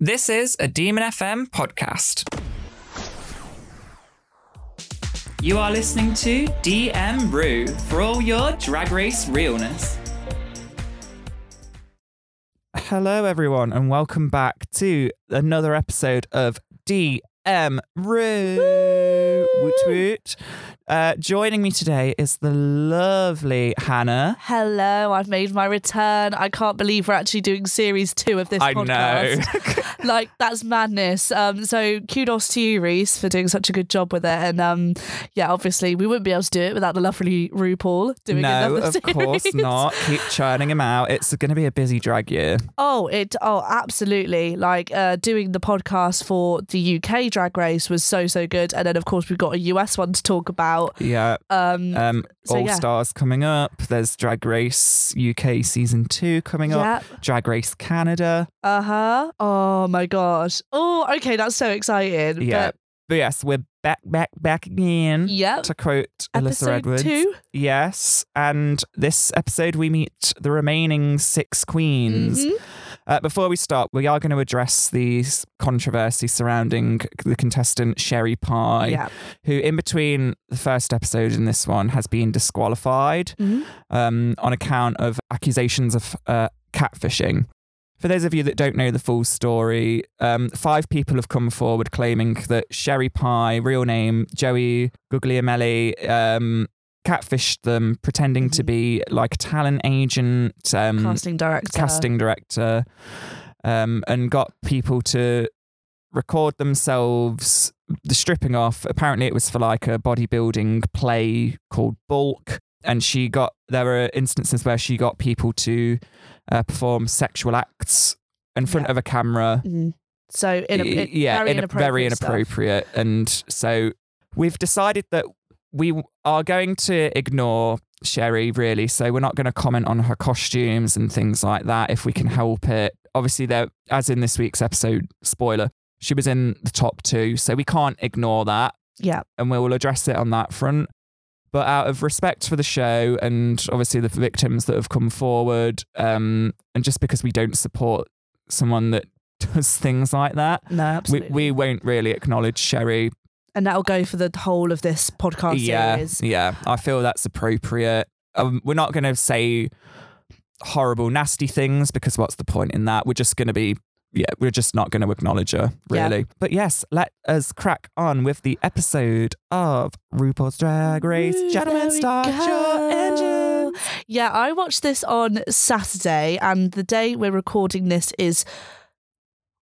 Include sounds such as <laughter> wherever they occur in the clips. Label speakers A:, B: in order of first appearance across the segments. A: This is a Demon FM podcast. You are listening to DM Rue for all your drag race realness. Hello, everyone, and welcome back to another episode of DM Rue. Woot woot. Uh, joining me today is the lovely Hannah.
B: Hello, I've made my return. I can't believe we're actually doing series two of this
A: I know. <laughs>
B: podcast. like that's madness. Um, so kudos to you, Reese, for doing such a good job with it. And um, yeah, obviously we wouldn't be able to do it without the lovely RuPaul doing
A: no,
B: another
A: of <laughs>
B: series. <laughs>
A: course not. Keep churning them out. It's going to be a busy drag year.
B: Oh, it oh absolutely. Like uh, doing the podcast for the UK drag race was so so good. And then of course we've got a US one to talk about.
A: Yeah.
B: Um,
A: Um,
B: so,
A: All
B: yeah.
A: Stars coming up. There's Drag Race UK season two coming up. Drag Race Canada.
B: Uh huh. Oh my gosh. Oh, okay. That's so exciting.
A: Yeah. But, yes, we're back, back, back again.
B: But, yep.
A: To quote Alyssa
B: Episode
A: Edwards.
B: two.
A: Yes. And this episode, we meet the remaining six queens.
B: Mhm.
A: Uh, before we start, we are going to address the s- controversy surrounding the contestant Sherry Pie,
B: Yeah.
A: who, in between the first episode and this one, has been disqualified
B: Mhm.
A: um, on account of accusations of uh, catfishing. For those of you that don't know the full story, um, five people have come forward claiming that Sherry Pie, real name Joey Guglielmelli, um, catfished them, pretending to
B: Mhm.
A: be like a talent agent, um,
B: casting director.
A: casting director um, and got people to record themselves the stripping off apparently it was for like a bodybuilding play called bulk and she got there were instances where she got people to uh, perform sexual acts in front
B: Yeah.
A: of a camera
B: Mhm. So in a,
A: Y-
B: it-
A: yeah,
B: very
A: in a-
B: inappropriate.
A: very
B: stuff.
A: inappropriate. And so we've decided that we w- are going to ignore Sherry really. So we're not going to comment on her costumes and things like that if we can
B: Mm-hmm.
A: help it. Obviously, there as in this week's episode spoiler, she was in the top two, so we can't ignore that,
B: Yeah.
A: and we will address it on that front. But out of respect for the show and obviously the victims that have come forward, um, and just because we don't support someone that <laughs> does things like that,
B: No,
A: we,
B: absolutely.
A: we won't really acknowledge Sherry.
B: and that'll go for the whole of this podcast
A: yeah,
B: series.
A: yeah. I feel that's appropriate. Um, we're not going to say horrible, nasty things because what's the point in that? We're just going to be, yeah, we're just not going to acknowledge her
B: Yeah.
A: really. But yes, let us crack on with the episode of RuPaul's Drag Race.
B: Ooh, there
A: Gentlemen,
B: we
A: start your
B: go.
A: engine.
B: Yeah, I watched this on Saturday, and the day we're recording this is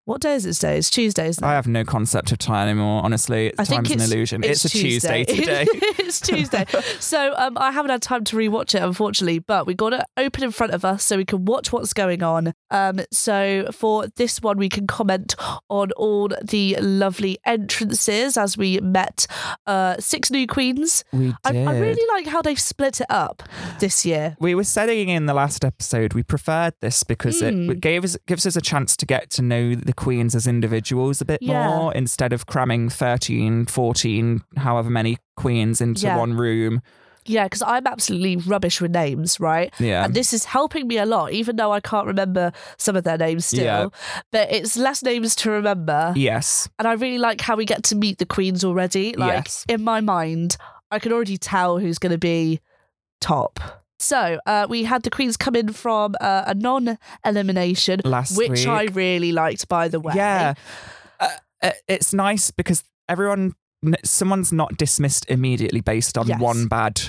B: what day is it today? It's Tuesday, isn't it?
A: I have no concept of time anymore. Honestly,
B: I think
A: time's
B: it's-
A: an illusion. It's, a Tuesday, today.
B: <laughs> it's Tuesday. So um, I haven't had time to rewatch it, unfortunately, but we got it open in front of us so we can watch what's going on. Um, so for this one, we can comment on all the lovely entrances as we met uh, six new queens.
A: we
B: I, I really like how they've split it up this year.
A: we were saying in the last episode we preferred this because it
B: Mm.
A: gave us gives us a chance to get to know the queens as individuals a bit
B: Yeah.
A: more instead of cramming 13 14 however many queens into
B: Yeah.
A: one room
B: Yeah, because I'm absolutely rubbish with names, right?
A: yeah
B: and this is helping me a lot, even though I can't remember some of their names still.
A: Yeah.
B: But it's less names to remember.
A: yes
B: And I really like how we get to meet the queens already. Like
A: Yes.
B: in my mind, I can already tell who's going to be top. So uh, we had the queens come in from uh, a non-elimination,
A: last
B: which
A: week
B: I really liked, by the way.
A: yeah uh, uh, it's nice because everyone n- someone's not dismissed immediately based on
B: Yes.
A: one bad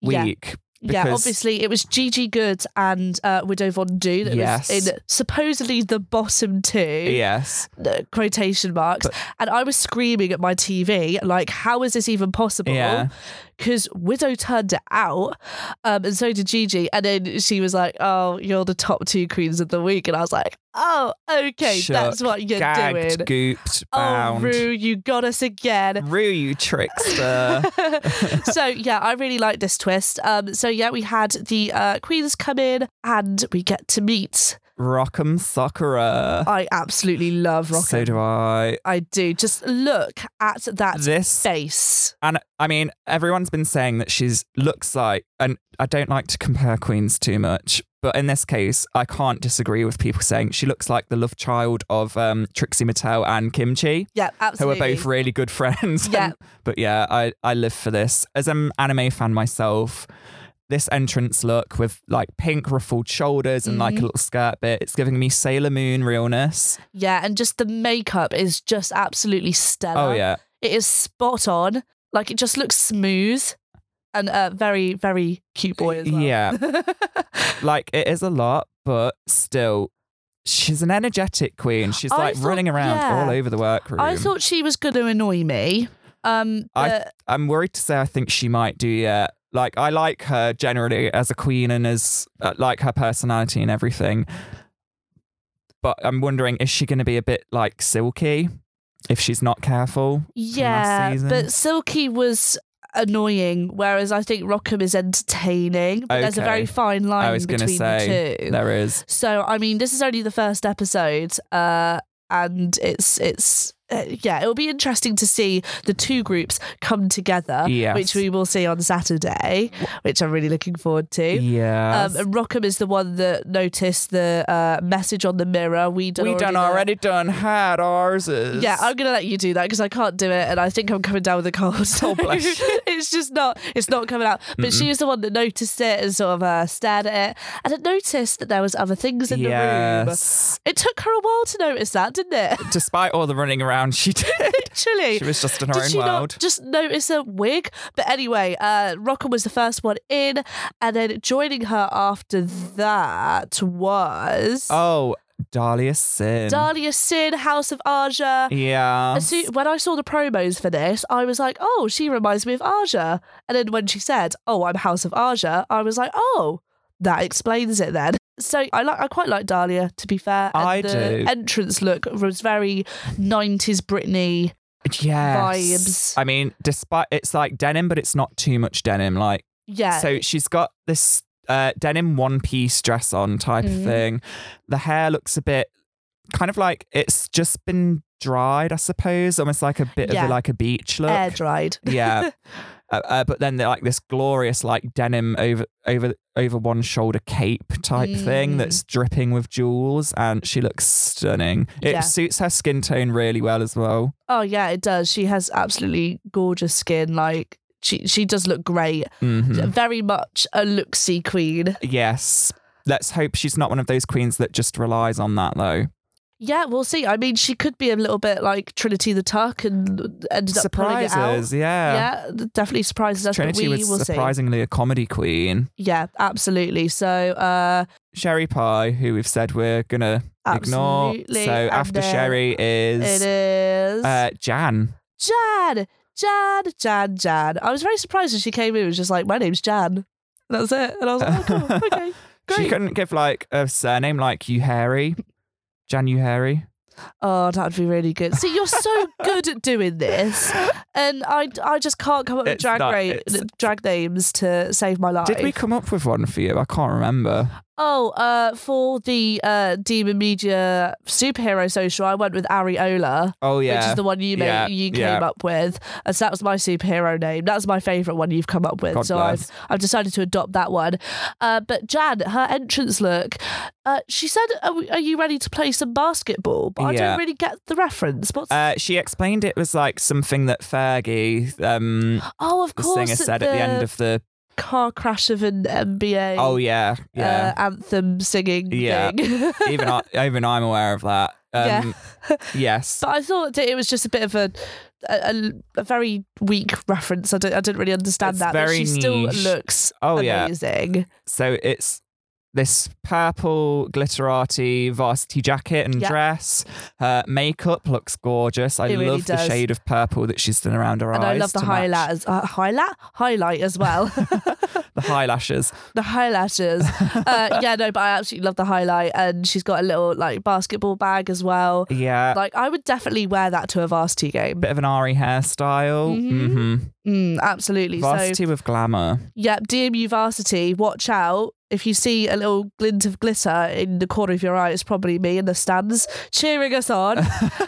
B: Yeah.
A: week
B: yeah.
A: because-
B: Obviously, it was Gigi Good and uh, Widow Von Do that
A: Yes.
B: was in supposedly the bottom two.
A: yes
B: uh, quotation marks and i was screaming at my tv like how is this even possible
A: Yeah.
B: because widow turned it out um, and so did gigi and then she was like oh you're the top two queens of the week and i was like oh okay that's
A: Shook,
B: what you're
A: gagged
B: doing
A: gooped
B: oh
A: bound
B: rue you got
A: <laughs>
B: us again <laughs>
A: Rue, you trickster
B: so yeah i really like this twist um, so yeah we had the uh, queens come in and we get to meet
A: rock'em sockera
B: i absolutely love rocket
A: So do I.
B: i do just look at that
A: This
B: face.
A: and I mean everyone's been saying that she's looks like and I don't like to compare queens too much, But in this case, I can't disagree with people saying she looks like the love child of um, Trixie Mattel and Kimchi,
B: Yeah,
A: who are
B: absolutely.
A: both really good <laughs> friends.
B: Yeah.
A: And- but yeah, I, I live for this. As an anime fan myself, this entrance look with like pink ruffled shoulders and like a
B: Mm-hmm.
A: little skirt bit, it's giving me Sailor Moon realness.
B: Yeah, and just the makeup is just absolutely
A: oh,
B: stellar.
A: yeah.
B: It is spot on. Like it just looks smooth and uh, very, very cute boy as well. <laughs>
A: Yeah. like it is a lot, but still, she's an energetic queen. She's
B: I
A: like
B: thought-
A: running around
B: yeah.
A: all over the workroom.
B: I thought she was going to annoy me. Um,
A: I-
B: but
A: I'm worried to say I think she might do yet. Like I like her generally as a queen and as uh, like her personality and everything. But I'm wondering is she going to be a bit like silky if she's not careful?
B: yeah,
A: season.
B: but Silky was annoying, whereas I think Rockham is entertaining. But There's a
A: Okay.
B: very fine line
A: I was going to
B: between
A: say
B: the two.
A: there is.
B: So I mean, this is only the first episode, uh, and it's it's uh, yeah, it'll be interesting to see the two groups come together,
A: Yes.
B: which we will see on Saturday, which I'm really looking forward to.
A: Yeah.
B: Um, and Rockham is the one that noticed the uh, message on the mirror. We done
A: we
B: already
A: done
B: know-
A: already done had ours. is-
B: Yeah, I'm gonna let you do that because I can't do it, and I think I'm coming down with
A: <laughs>
B: a cold. So
A: Oh, bless you.
B: <laughs> it's just not, it's not coming out. But she was the one that noticed it and sort of uh, stared at it, and it noticed that there was other things in the room.
A: yes.
B: It took her a while to notice that, didn't it? <laughs>
A: Despite all the running around she <laughs> did,
B: Literally.
A: she was just in her
B: Did
A: own
B: she
A: world.
B: not just notice a wig? But anyway, uh, Rockham was the first one in, and then joining her after that was
A: Oh, Dahlia Sin.
B: Dahlia Sin, House of Aja.
A: yeah.
B: As soo- when I saw the promos for this, I was like, oh, she reminds me of Aja. And then when she said, oh, I'm House of Aja, I was like, oh, that explains it then. So I like I quite like Dahlia, to be fair. And
A: I
B: the
A: do.
B: entrance look was very 90s Britney.
A: yes.
B: vibes.
A: I mean, despite it's like denim, but it's not too much denim. Like,
B: Yeah.
A: so she's got this uh, denim one piece dress on type
B: Mhm.
A: of thing. The hair looks a bit kind of like it's just been dried, I suppose, almost like a bit
B: Yeah.
A: of a, like a beach look.
B: air dried. <laughs>
A: yeah. Uh, uh, but then they're like this glorious like denim over over over one shoulder cape type
B: Mm.
A: thing that's dripping with jewels and she looks stunning. It
B: Yeah.
A: suits her skin tone really well as well.
B: Oh yeah, it does. She has absolutely gorgeous skin. Like she she does look great.
A: Mhm.
B: Very much a looksy queen.
A: Yes. Let's hope she's not one of those queens that just relies on that though.
B: Yeah, we'll see. I mean, she could be a little bit like Trinity the Tuck and ended up pulling it out.
A: Surprises, yeah.
B: Yeah, th- definitely surprises us.
A: Trinity
B: but we
A: was
B: will see.
A: surprisingly a comedy queen.
B: Yeah, absolutely. So, uh,
A: Sherry Pie, who we've said we're gonna
B: absolutely.
A: ignore. So
B: And
A: after
B: then
A: Sherry
B: it
A: is,
B: is
A: uh, Jan.
B: Jan, Jan, Jan, Jan. I was very surprised when she came in. It was just like, my name's Jan. That was it. And I was like, oh,
A: <laughs>
B: cool. okay,
A: She
B: great.
A: couldn't give like a surname like Uheri. Jan Uheri.
B: Oh, that would be really good. See, you're so good at
A: <laughs>
B: doing this, and I, I just can't come up with
A: It's
B: drag
A: not-
B: ra-
A: it's-
B: drag names to save my life.
A: Did we come up with one for you? I can't remember.
B: Oh, uh, for the uh, Demon Media superhero social, I went with Ariola,
A: Oh yeah.
B: which is the one you made,
A: Yeah.
B: you came
A: Yeah.
B: up with, and so that was my superhero name. That's my favourite one you've come up with.
A: God
B: so
A: bless.
B: I've I've decided to adopt that one. Uh, but Jan, her entrance look, uh, she said, are, we- are you ready to play some basketball?" But I
A: Yeah.
B: don't really get the reference. What's
A: uh, she explained it was like something that Fergie, um,
B: oh, of
A: the
B: course,
A: singer, said at the end of the.
B: car crash of an NBA.
A: Oh yeah, yeah.
B: Uh, anthem singing
A: Yeah.
B: thing. <laughs>
A: even I, even I'm aware of that. Um, yes.
B: But I thought that it was just a bit of a a, a- a very weak reference. I, don't, I didn't really understand
A: It's
B: that.
A: very
B: but she still
A: niche.
B: looks
A: Oh yeah.
B: amazing.
A: So it's this purple glitterati varsity jacket and
B: Yeah.
A: dress. Her makeup looks gorgeous. I
B: It really
A: love the
B: does.
A: shade of purple that she's done around her
B: And
A: eyes.
B: I love the
A: to match
B: highlight as, uh, highlight highlight as well. <laughs>
A: The eyelashes.
B: the eyelashes.
A: <laughs>
B: Uh, yeah, no, but I absolutely love the highlight, and she's got a little like basketball bag as well.
A: Yeah.
B: Like I would definitely wear that to a varsity game.
A: Bit of an Ari hairstyle.
B: Mhm.
A: hmm
B: Mm, absolutely. so
A: Varsity with glamour.
B: Yep, DMU Varsity, watch out. If you see a little glint of glitter in the corner of your eye, it's probably me in the stands cheering
A: <laughs>
B: us on.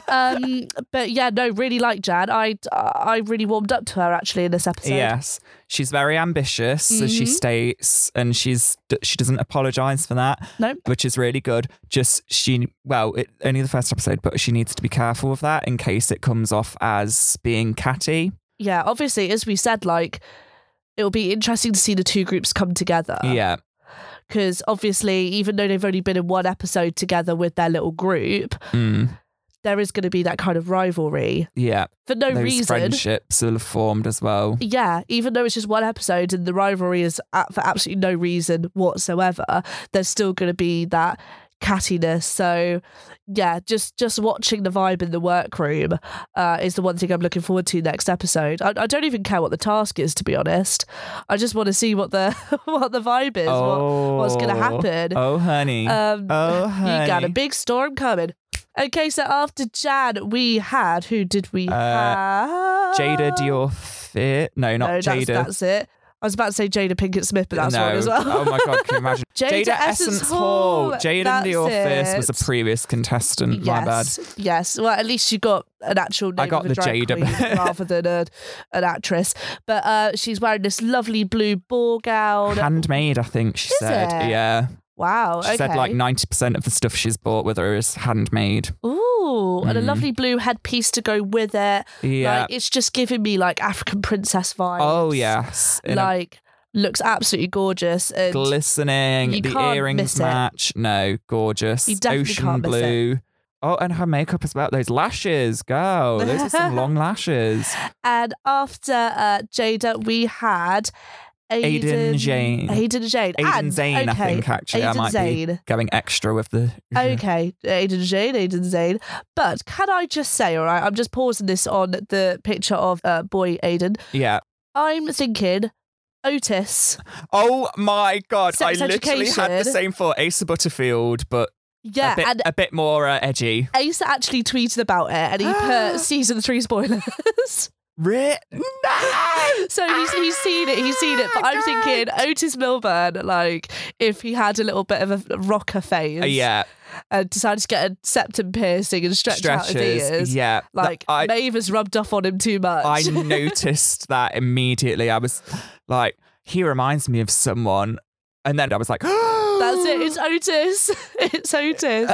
B: um, but yeah, no, really like Jan. I I really warmed up to her actually in this episode.
A: Yes. She's very ambitious, as she
B: Mhm.
A: states, and she's d- she doesn't apologize for that,
B: No.
A: which is really good. Just she, well, it, only the first episode, but she needs to be careful of that in case it comes off as being catty.
B: Yeah, obviously, as we said, like it'll be interesting to see the two groups come together.
A: yeah,
B: Because obviously, even though they've only been in one episode together with their little group,
A: Mm.
B: there is going to be that kind of rivalry
A: yeah.
B: for no
A: Those
B: reason.
A: friendships will have formed as well.
B: Yeah, even though it's just one episode and the rivalry is at, for absolutely no reason whatsoever, there's still going to be that cattiness. So, yeah, just just watching the vibe in the workroom uh, is the one thing I'm looking forward to next episode. I, I don't even care what the task is, to be honest. I just want to see what the <laughs> what the vibe is, what, what's going to
A: Oh.
B: happen.
A: Oh honey.
B: Um,
A: oh
B: you
A: honey.
B: got a big storm coming. Okay, so after Jan, we had who did we
A: Uh,
B: have?
A: Jada Dior Fit. No, not
B: Um, no,
A: Jada.
B: That's, that's it. I was about to say Jada Pinkett Smith, but that's
A: no.
B: wrong as well.
A: oh
B: <laughs>
A: my god, can you imagine?
B: Jada Essence Hall.
A: Jada in the
B: That's
A: Office was
B: it.
A: a previous contestant. My bad.
B: yes, yes. Well, at least you got an actual name
A: I got
B: of a
A: the
B: drag
A: Jada
B: queen
A: bit.
B: rather than a, an actress. But uh, she's wearing this lovely blue ball gown.
A: Handmade, I think she
B: Is
A: said.
B: it?
A: Yeah,
B: wow.
A: she
B: okay.
A: said like ninety percent of the stuff she's bought with her is handmade.
B: Ooh, and a
A: Mm.
B: lovely blue headpiece to go with it.
A: Yeah.
B: Like it's just giving me like African princess vibes.
A: oh yes. In a
B: like looks absolutely gorgeous and
A: glistening.
B: You
A: the
B: can't
A: earrings
B: miss it.
A: match. No, gorgeous.
B: You definitely
A: Ocean
B: can't miss it.
A: blue. Oh, and her makeup as well. Those lashes, girl. Those are
B: <laughs>
A: some long lashes.
B: And after uh, Jada, we had Aiden,
A: Aiden Jane.
B: Aiden Jane.
A: Aiden
B: and,
A: Zane, I
B: okay,
A: think actually. I
B: Aiden
A: might be <laughs>
B: Zane.
A: going extra with the.
B: Oh, Okay, Aiden Jane, Aiden Zane. But can I just say, all right, I'm just pausing this on the picture of uh, boy Aiden.
A: Yeah.
B: I'm thinking
A: <laughs>
B: Otis.
A: Oh my god!
B: Sex
A: I literally had the
B: education.
A: same thought. Asa Butterfield, but
B: Yeah,
A: a bit,
B: and
A: a bit more uh, edgy.
B: Ace actually tweeted about it and he
A: <gasps>
B: put season three spoilers. <laughs>
A: Re- no!
B: So he's, he's seen it, he's
A: <gasps>
B: seen it. But I'm thinking Otis Milburn, like, if he had a little bit of a rocker phase.
A: Uh, yeah,
B: and decided to get a septum piercing and stretch out his
A: stretches.
B: ears.
A: Yeah, Th-
B: Like
A: I,
B: Maeve has rubbed off on him too much. <laughs>
A: I noticed that immediately. I was like, he reminds me of someone, and then I was like, <gasps>
B: That's
A: <laughs>
B: it. It's Otis. <laughs> It's Otis.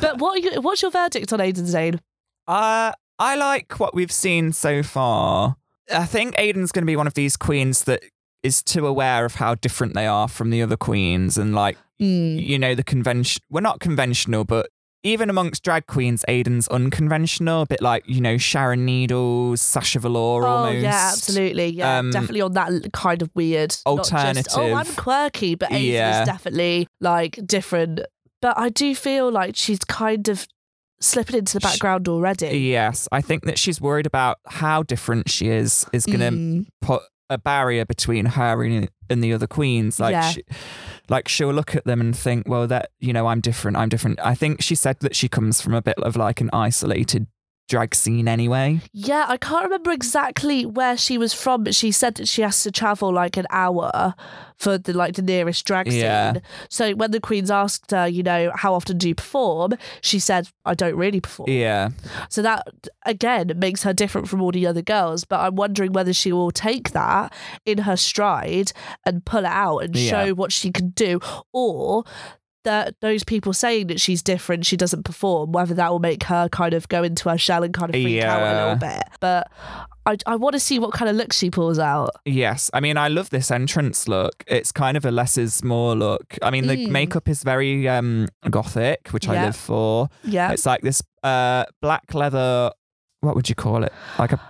B: but what? Are you, what's your verdict on Aiden Zane?
A: Uh, I like what we've seen so far. I think Aiden's going to be one of these queens that is too aware of how different they are from the other queens and like
B: Mm.
A: you know the convention we're not conventional but even amongst drag queens Aiden's unconventional a bit like you know Sharon Needles Sasha Velour
B: Oh
A: almost
B: yeah, absolutely. Yeah,
A: Um,
B: definitely on that l- kind of weird not just, oh, I'm
A: Alternative.
B: quirky, but Aiden
A: Yeah.
B: is definitely like different. But I do feel like she's kind of slipping into the
A: She-
B: background already.
A: yes I think that she's worried about how different she is is going to
B: Mm.
A: put a barrier between her and, and the other queens. Like,
B: Yeah.
A: she, like she'll look at them and think, well, that you know, I'm different. I'm different. I think she said that she comes from a bit of like an isolated drag scene anyway.
B: Yeah, I can't remember exactly where she was from, but she said that she has to travel like an hour for the like the nearest drag scene.
A: Yeah.
B: So when the Queens asked her, you know, how often do you perform? She said, I don't really perform.
A: Yeah,
B: So that again makes her different from all the other girls. But I'm wondering whether she will take that in her stride and pull it out and
A: Yeah.
B: show what she can do, or that those people saying that she's different, she doesn't perform, whether that will make her kind of go into her shell and kind of freak out a
A: Yeah.
B: little bit. But I, I want to see what kind of look she pulls out.
A: yes. I mean, I love this entrance look. It's kind of a less is more look. I mean, the
B: Mm.
A: makeup is very um gothic, which
B: Yeah.
A: I live for.
B: Yeah.
A: It's like this uh black leather. What would you call it? Like a.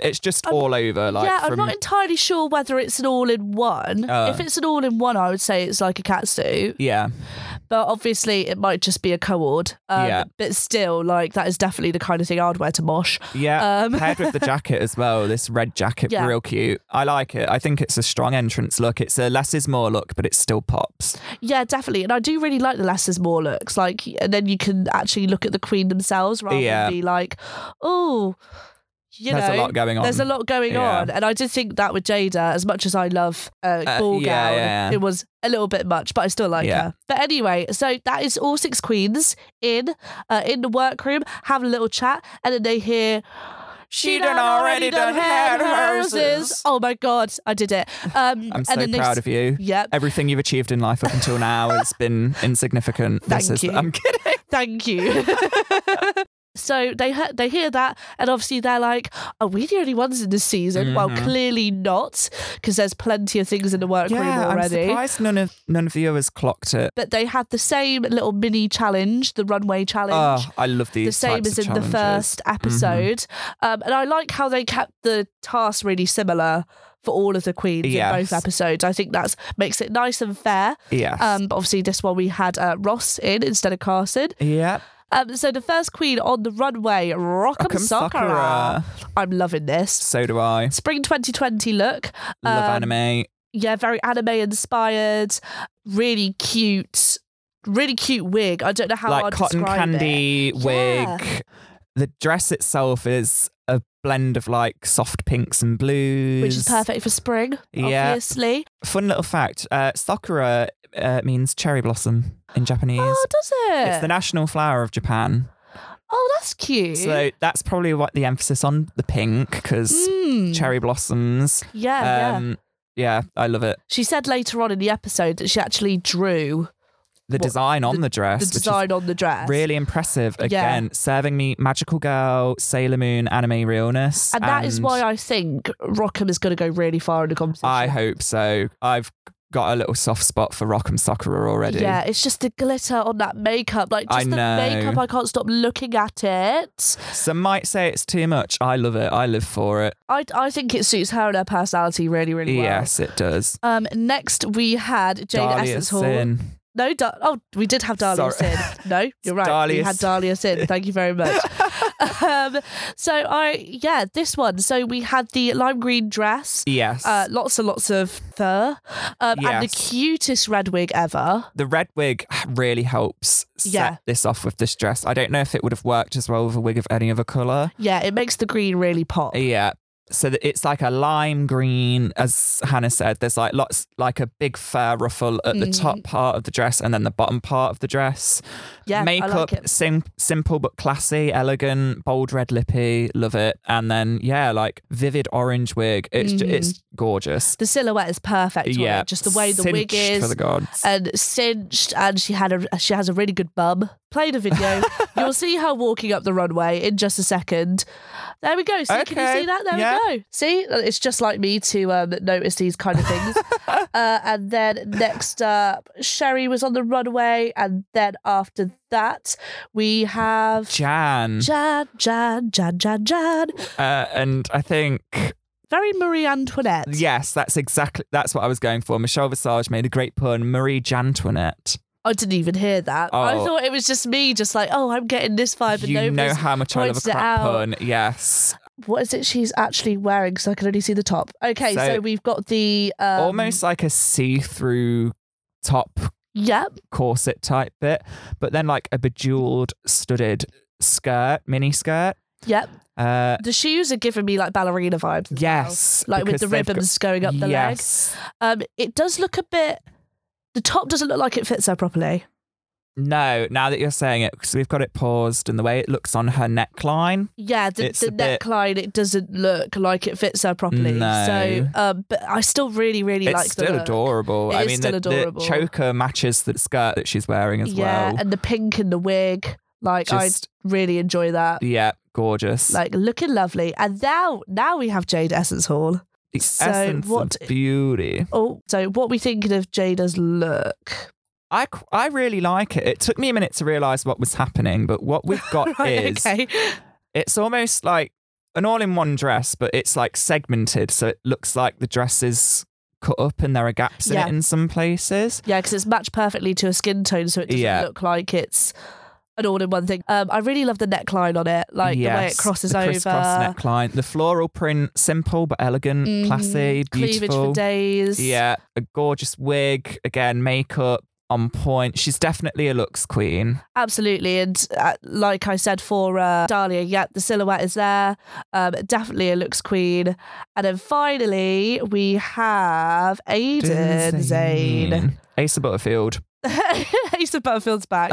A: It's just
B: I'm-
A: all over. Like
B: yeah, I'm
A: from
B: not entirely sure whether it's an all in one.
A: Oh.
B: if it's an all in one, I would say it's like a catsuit.
A: yeah,
B: But obviously, it might just be a co-ord. Um,
A: Yeah.
B: But still, like that is definitely the kind of thing I'd wear to mosh.
A: yeah.
B: Um,
A: paired
B: <laughs>
A: with the jacket as well. This red jacket,
B: Yeah.
A: real cute. I like it. I think it's a strong entrance look. It's a less is more look, but it still pops.
B: yeah, definitely. And I do really like the less is more looks. Like, and then you can actually look at the queen themselves rather
A: Yeah.
B: than be like, oh, you
A: There's
B: know.
A: a lot going on.
B: There's a lot going
A: Yeah.
B: on, and I did think that with Jada, as much as I love uh,
A: Uh,
B: ball
A: yeah,
B: gown,
A: yeah.
B: it was a little bit much, but I still like
A: Yeah.
B: her. But anyway, so that is all six queens in uh, in the workroom, have a little chat, and then they hear.
A: She done already done had hers.
B: houses. Oh my god, I did it. Um,
A: I'm so proud of you.
B: Yep.
A: Everything you've achieved in life up until now has been insignificant. this
B: <laughs> Thank
A: is
B: you.
A: I'm kidding.
B: Thank you. <laughs> so they he- they hear that, and obviously they're like, "Are we the only ones in this season?" Well,
A: Mhm.
B: clearly not, because there's plenty of things in the workroom
A: Yeah, I'm
B: already.
A: surprised none of none of the others clocked it.
B: but they had the same little mini challenge, the runway challenge.
A: Oh, I love these.
B: the same
A: types
B: as in
A: of
B: the
A: challenges. Mm-hmm.
B: first episode. Um, and I like how they kept the tasks really similar for all of the queens
A: Yes.
B: in both episodes. I think that's makes it nice and fair.
A: Yes.
B: Um, but obviously, this one we had uh, Ross in instead of Carson.
A: yep.
B: Um, so the first queen on the runway, Rock'em
A: Rock'em
B: Sakura. I'm loving this.
A: So do I.
B: Spring 2020 look.
A: Love
B: Um,
A: anime.
B: yeah, very anime inspired, really cute, really cute wig. I don't know how I'd
A: like cotton
B: describe It.
A: candy wig.
B: Yeah.
A: The dress itself is a blend of like soft pinks and blues,
B: Which is perfect for spring,
A: Yeah.
B: obviously.
A: Fun little fact: uh, Sakura uh, means cherry blossom in Japanese.
B: Oh, does it?
A: it's the national flower of Japan,
B: oh, that's cute.
A: so that's probably what the emphasis on the pink because
B: Mm. Oh,
A: cherry blossoms.
B: yeah, yeah.
A: um, yeah, I love it.
B: She said later on in the episode that she actually drew
A: The
B: What-
A: design on the, dress,
B: the
A: which is
B: design on the dress.
A: Really impressive. Again, serving me magical girl, Sailor Moon, anime realness.
B: And that is why I think Rockham is going to go really far in the competition.
A: I hope so. I've got a little soft spot for Rock'em Sakura already.
B: Yeah, it's just the glitter on that makeup. Like,
A: I
B: just the
A: know.
B: makeup, I can't stop looking at it.
A: Some might say it's too much. I love it. I live for it.
B: I, I think it suits her and her personality really, really well.
A: Yes, it does.
B: Um, next, we had Jade
A: Dahlia
B: Essence Hall.
A: Sin.
B: No, da- oh, we did have Dahlia
A: Sorry.
B: Sin.
A: <laughs>
B: No, you're right.
A: Dahlia
B: we had Dahlia Sin. Thank you
A: <laughs>
B: very much. um, so I, yeah, this one. So we had the lime green dress,
A: Yes.
B: uh, lots and lots of fur, um, and the
A: Yes.
B: cutest red wig ever.
A: the red wig really helps set
B: Yeah.
A: this off with this dress. I don't know if it would have worked as well with a wig of any other colour.
B: Yeah, it makes the green really pop.
A: Yeah. So that it's like a lime green, as Hannah said. There's like lots, like a big fur ruffle at the
B: Mhm.
A: top part of the dress and then the bottom part of the dress.
B: Yeah, I like
A: Makeup,
B: it.
A: sim- simple but classy, elegant, bold red lippy, love it. And then yeah, like vivid orange wig. It's ju-
B: Mhm.
A: it's gorgeous.
B: The silhouette is perfect. on
A: yeah,
B: it. just the way the wig
A: cinched
B: is. Uh,
A: for the gods.
B: and cinched and she had a she has a really good bum played a
A: <laughs>
B: video you'll see her walking up the runway in just a second there we go see can you
A: Okay,
B: see that there
A: yeah.
B: we go see it's just like me to um, notice these kind of
A: <laughs>
B: things uh, and then next up sherry was on the runway and then after that we have
A: Jan,
B: jan jan jan jan jan
A: uh, and I think
B: very marie antoinette
A: yes, that's exactly that's what I was going for. Michelle Visage made a great pun. Marie Jantoinette.
B: i didn't even hear that i
A: Oh.
B: thought it was just me just like oh i'm getting this vibe and
A: You know
B: nobody's
A: how much I love a
B: pointed it
A: crap
B: out.
A: pun. Yes.
B: what is it she's actually wearing? Because I can only see the top. Okay, so,
A: So-
B: we've got the um,
A: almost like a see-through top
B: Yep,
A: corset type bit, but then like a bejeweled studded skirt, mini skirt.
B: yep.
A: Uh,
B: The shoes are giving me like ballerina vibes. as
A: yes,
B: well. like with
A: because
B: the
A: they've got-
B: ribbons going up the
A: yes.
B: leg. Um, it does look a bit. The top doesn't look like it fits her properly.
A: No, now that you're saying it, because we've got it paused, and the way it looks on her neckline,
B: Yeah, the,
A: It's
B: the
A: a bit-
B: neckline it doesn't look like it fits her properly.
A: No.
B: So, um, but I still really really
A: it's
B: like the
A: still
B: look.
A: adorable.
B: It
A: I
B: is
A: mean,
B: still
A: the,
B: adorable.
A: the choker matches the skirt that she's wearing as
B: Yeah,
A: well.
B: and the pink and the wig. Like
A: Just-
B: I really enjoy that.
A: Yeah, gorgeous.
B: Like looking lovely. And now now we have Jade Essence Hall.
A: the
B: so
A: essence
B: what-
A: of beauty.
B: Oh, so what we thinking of Jada's look?
A: I, qu- I really like it. It took me a minute to realize what was happening, but what we've
B: <laughs>
A: got is
B: okay.
A: it's almost like an all in one dress, but it's like segmented. So it looks like the dress is cut up and there are gaps in
B: Yeah.
A: it in some places.
B: Yeah, because it's matched perfectly to a skin tone, so it doesn't
A: Yeah.
B: look like it's an all in one thing. Um, I really love the neckline on it, like the way it
A: Yes,
B: crosses
A: the
B: over.
A: crisscross neckline, the floral print, simple but elegant,
B: Mhm.
A: classy,
B: Cleavage for
A: beautiful.
B: days.
A: Yeah, a gorgeous wig. Again, makeup on point. She's definitely a looks queen.
B: absolutely. And uh, like I said for uh, Dahlia, yeah, the silhouette is there. Um, definitely a looks queen. And then finally, we have Aiden Zane.
A: Asa Butterfield.
B: <laughs> Asa
A: <laughs>
B: Butterfield's back.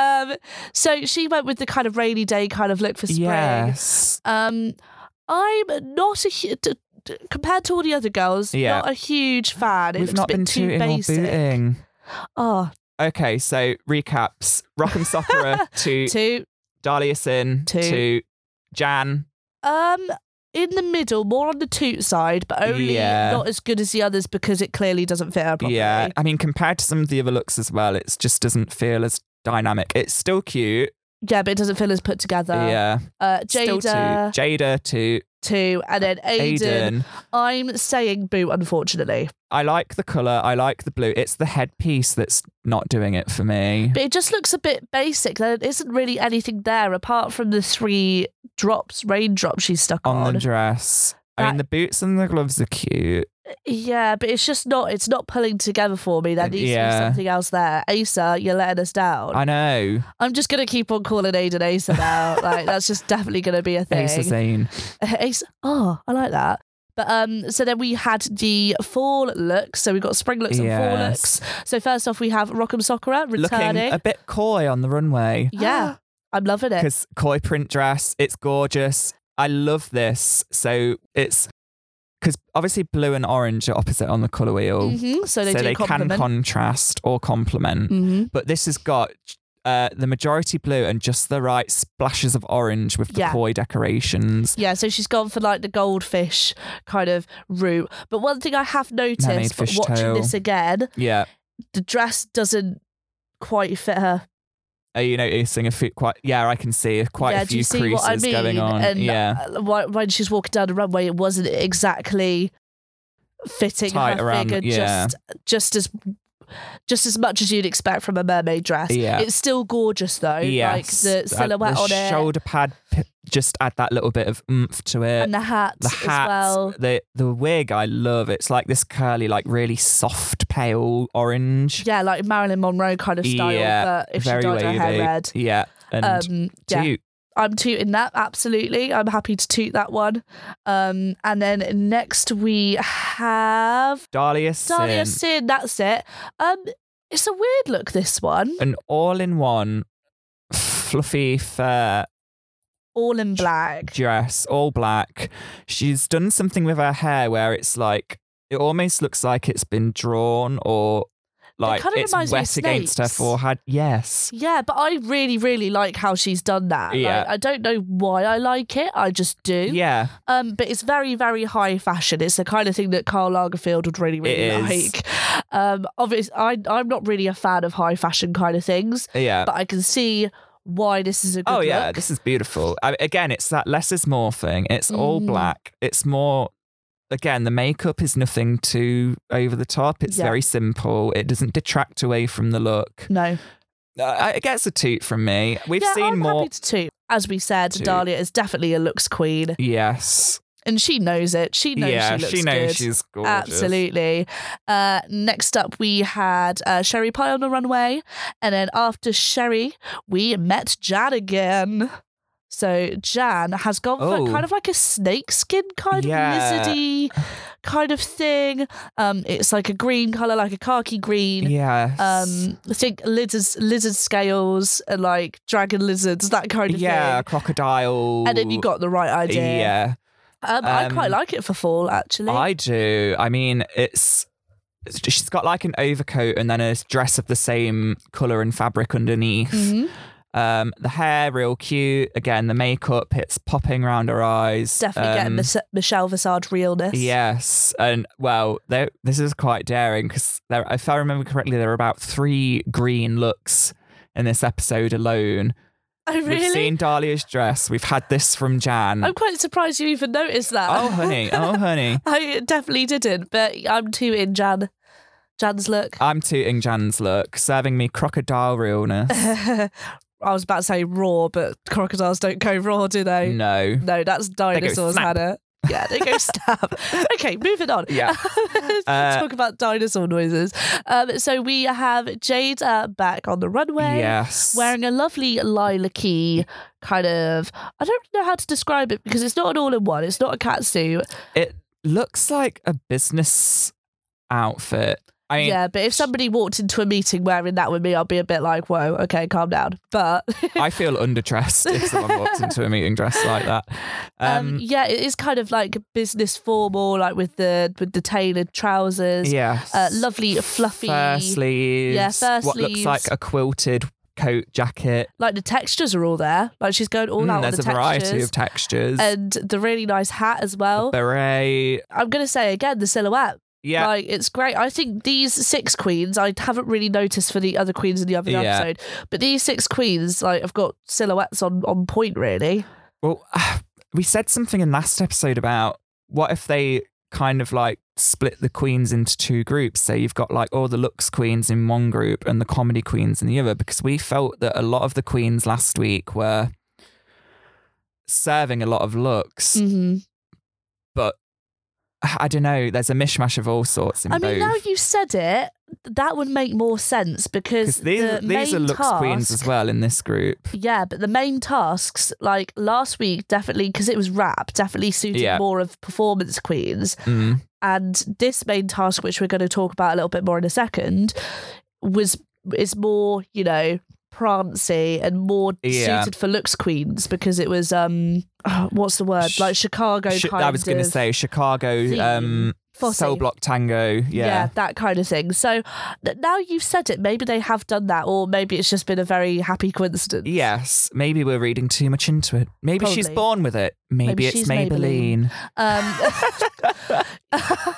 B: um, so she went with the kind of rainy day kind of look for spring.
A: Yes.
B: Um, I'm not a hu- t- t- compared to all the other girls,
A: Yeah.
B: not a huge fan. It
A: We've
B: looks
A: not
B: a bit
A: been
B: too
A: tooting
B: basic.
A: or booting.
B: Oh,
A: Okay, so recaps: Rock'em
B: <laughs>
A: Sockera to
B: too.
A: Dahlia Sin
B: Toot.
A: to Jan.
B: Um, in the middle, more on the toot side, but only
A: Yeah.
B: not as good as the others because it clearly doesn't fit her properly.
A: Yeah, I mean, compared to some of the other looks as well, it just doesn't feel as dynamic. It's still cute.
B: Yeah, but it doesn't feel as put together.
A: yeah,
B: Uh,
A: still to
B: Jada,
A: Jada to
B: two, and then Aiden.
A: Aiden.
B: I'm saying boot, unfortunately.
A: I like the color. I like the blue. It's the headpiece that's not doing it for me.
B: But it just looks a bit basic. There isn't really anything there apart from the three drops, raindrops she's stuck on.
A: on the dress. I mean, the boots and the gloves are cute.
B: Yeah, but it's just not. It's not pulling together for me. There
A: And-
B: needs to
A: yeah.
B: be something else there. Asa, you're letting us down.
A: I know.
B: I'm just gonna keep on calling Aiden
A: <laughs>
B: Asa now. like that's just definitely gonna be a thing.
A: Ace of Zane.
B: <laughs> Ace. Oh, I like that. But um, so then we had the fall looks. So we've got spring looks and fall
A: Yes.
B: looks. So first off, we have Rock'em Sakura returning.
A: Looking a bit coy on the runway. <gasps>
B: yeah, I'm loving it.
A: Because koi print dress, it's gorgeous. I love this. So it's because obviously blue and orange are opposite on the colour wheel.
B: Mhm, So they
A: so
B: do
A: they
B: compliment.
A: can contrast or complement.
B: hmm
A: But this has got uh, the majority blue and just the right splashes of orange with the
B: Yeah.
A: koi decorations.
B: Yeah, so she's gone for like the goldfish kind of route. But one thing I have
A: Mermaid
B: noticed
A: fishtail.
B: watching this again,
A: Yeah.
B: the dress doesn't quite fit her.
A: Are Uh, you noticing a few quite? Yeah, I can see quite
B: yeah,
A: a
B: do
A: few
B: you see
A: creases
B: what I mean?
A: going on.
B: And
A: yeah,
B: uh, wh- when she's walking down the runway, it wasn't exactly fitting
A: Tight
B: her
A: around-
B: figure
A: yeah.
B: just just as just as much as you'd expect from a mermaid dress.
A: Yeah.
B: It's still gorgeous though.
A: yes.
B: Like the
A: Uh,
B: silhouette
A: the
B: on it
A: shoulder pad p- just add that little bit of oomph to it.
B: and the hat
A: the
B: as
A: hat,
B: well.
A: the the wig, I love. It's like this curly, like really soft, pale orange.
B: Yeah, like Marilyn Monroe kind of style,
A: Yeah,
B: but if she
A: very
B: dyed her hair
A: wavy.
B: red.
A: Yeah, and
B: Um, yeah,
A: cute.
B: I'm tooting that absolutely. I'm happy to toot that one. Um, and then next we have
A: Dahlia Sin,
B: Dahlia Sin. That's it. Um, it's a weird look. This one,
A: an all-in-one fluffy fur
B: all in black.
A: dress, all black. She's done something with her hair where it's like it almost looks like it's been drawn or like
B: kinda
A: it's
B: reminds me of
A: wet against her
B: snakes.
A: forehead. Yes.
B: Yeah, but I really, really like how she's done that.
A: Yeah.
B: Like, I don't know why I like it. I just do.
A: Yeah.
B: Um, but it's very, very high fashion. It's the kind of thing that Karl Lagerfeld would really, really
A: It is.
B: like. Um, obviously, I, I'm not really a fan of high fashion kind of things,
A: Yeah.
B: but I can see why this is a good
A: Oh yeah,
B: look.
A: this is beautiful. I, again, it's that less is more thing. It's all
B: Mm.
A: black. It's more. Again, the makeup is nothing too over the top. It's
B: Yeah.
A: very simple. It doesn't detract away from the look.
B: No,
A: Uh, it gets a toot from me. We've
B: yeah,
A: seen
B: I'm
A: more.
B: happy to toot. As we said,
A: Toot.
B: Dahlia is definitely a looks queen,
A: Yes.
B: and she knows it. She knows
A: yeah,
B: she looks
A: knows
B: good.
A: she's gorgeous.
B: Absolutely. Uh, next up, we had uh, Sherry Pie on the runway, and then after Sherry, we met Jan again. So Jan has gone for
A: Oh.
B: kind of like a snakeskin kind
A: Yeah.
B: of lizardy kind of thing. Um, it's like a green color, like a khaki green.
A: Yes.
B: Um, I think lizards, lizard scales, and like dragon lizards, that kind of
A: yeah,
B: thing.
A: crocodile.
B: And then you got the right idea.
A: Yeah.
B: Um, I
A: Um,
B: quite like it for fall, actually.
A: I do. I mean, it's it's- she's got like an overcoat and then a dress of the same color and fabric underneath.
B: Mhm.
A: Um, the hair real cute. Again, the makeup it's popping around her eyes.
B: Definitely getting
A: Um,
B: Mis- Michelle Visage realness. <laughs>
A: Yes, and well, they- this is quite daring because if I remember correctly, there are about three green looks in this episode alone.
B: Oh, really? Oh.
A: We've seen Dahlia's dress. We've had this from Jan.
B: I'm quite surprised you even noticed that.
A: oh honey, oh honey.
B: <laughs> I definitely didn't, but I'm too in Jan. Jan's look.
A: I'm tooting Jan's look, serving me crocodile realness.
B: I was about to say raw, but crocodiles don't go raw, do they?
A: No.
B: No, that's dinosaurs,
A: snap.
B: Hannah. Yeah, they
A: <laughs>
B: go stab. okay, moving on. <laughs>
A: Yeah. Uh,
B: Talk about dinosaur noises. Um, so we have Jade uh, back on the runway.
A: Yes.
B: Wearing a lovely lilac-y kind of, I don't know how to describe it because it's not an all-in-one. It's not a catsuit.
A: it looks like a business outfit. I mean,
B: yeah, but if somebody walked into a meeting wearing that with me, I'd be a bit like, "Whoa, okay, calm down." But <laughs>
A: I feel underdressed if someone walks into a meeting dressed like that.
B: um,
A: Um,
B: yeah, it is kind of like business formal, like with the with the tailored trousers,
A: yeah.
B: uh, lovely fluffy,
A: Fur sleeves.
B: Yeah, fur
A: What looks
B: sleeves.
A: like a quilted coat jacket.
B: like the textures are all there. Like she's going all
A: Mm,
B: out on
A: there's
B: the
A: a variety
B: textures,
A: of textures.
B: and the really nice hat as well.
A: Beret.
B: I'm gonna say again the silhouette.
A: Yeah.
B: Like it's great. I think these six queens, I haven't really noticed for the other queens in the other
A: Yeah.
B: episode, but these six queens, like have got silhouettes on on point really.
A: Well, <sighs> we said something in last episode about what if they kind of like split the queens into two groups. So you've got like all the looks queens in one group and the comedy queens in the other, because we felt that a lot of the queens last week were serving a lot of looks,
B: Mm-hmm.
A: but I don't know. There's a mishmash of all sorts in
B: I mean,
A: both.
B: now you said it, that would make more sense because
A: 'Cause these,
B: the
A: these are
B: main
A: looks queens
B: task-
A: as well in this group.
B: Yeah, but the main tasks, like last week, definitely because it was rap, definitely suited
A: Yeah.
B: more of performance queens.
A: Mm.
B: And this main task, which we're going to talk about a little bit more in a second, was is more, you know, prancy and more
A: Yeah.
B: suited for looks queens because it was um, oh, what's the word
A: Sh-
B: like Chicago
A: Sh-
B: kind
A: I was going to
B: of
A: say Chicago,
B: theme.
A: um,
B: Fosse.
A: Soul Block Tango. yeah.
B: that kind of thing. So th- now you've said it, maybe they have done that, or maybe it's just been a very happy coincidence.
A: Yes, maybe we're reading too much into it. Maybe she's
B: Probably.
A: born with it. Maybe,
B: Maybe
A: it's
B: she's
A: Maybelline.
B: Um, <laughs> so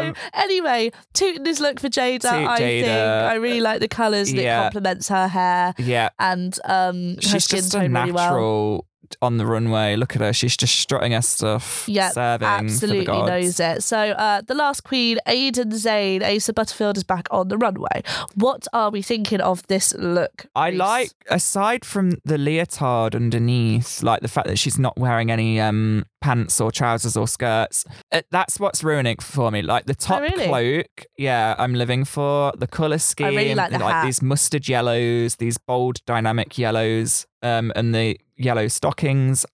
A: Um,
B: anyway, tooting his look for Jada,
A: Toot
B: I think
A: Jada.
B: I really like the colours and
A: Yeah.
B: it complements her hair
A: Yeah,
B: and um, her
A: she's
B: skin
A: just a
B: tone really well.
A: natural on the runway. Look at her; she's just strutting her stuff.
B: Yeah,
A: serving
B: Absolutely
A: for the gods.
B: knows it. So uh, the last queen, Aiden Zane, Asa Butterfield is back on the runway. What are we thinking of this look?
A: I
B: Reece?
A: like, aside from the leotard underneath, like the fact that she's not wearing any um, pants or trousers or skirts. Uh, that's what's ruining it for me. Like the top
B: Oh, really?
A: cloak, yeah, I'm living for the color scheme.
B: really like the hat.
A: these mustard yellows, these bold dynamic yellows, um, and the yellow stockings.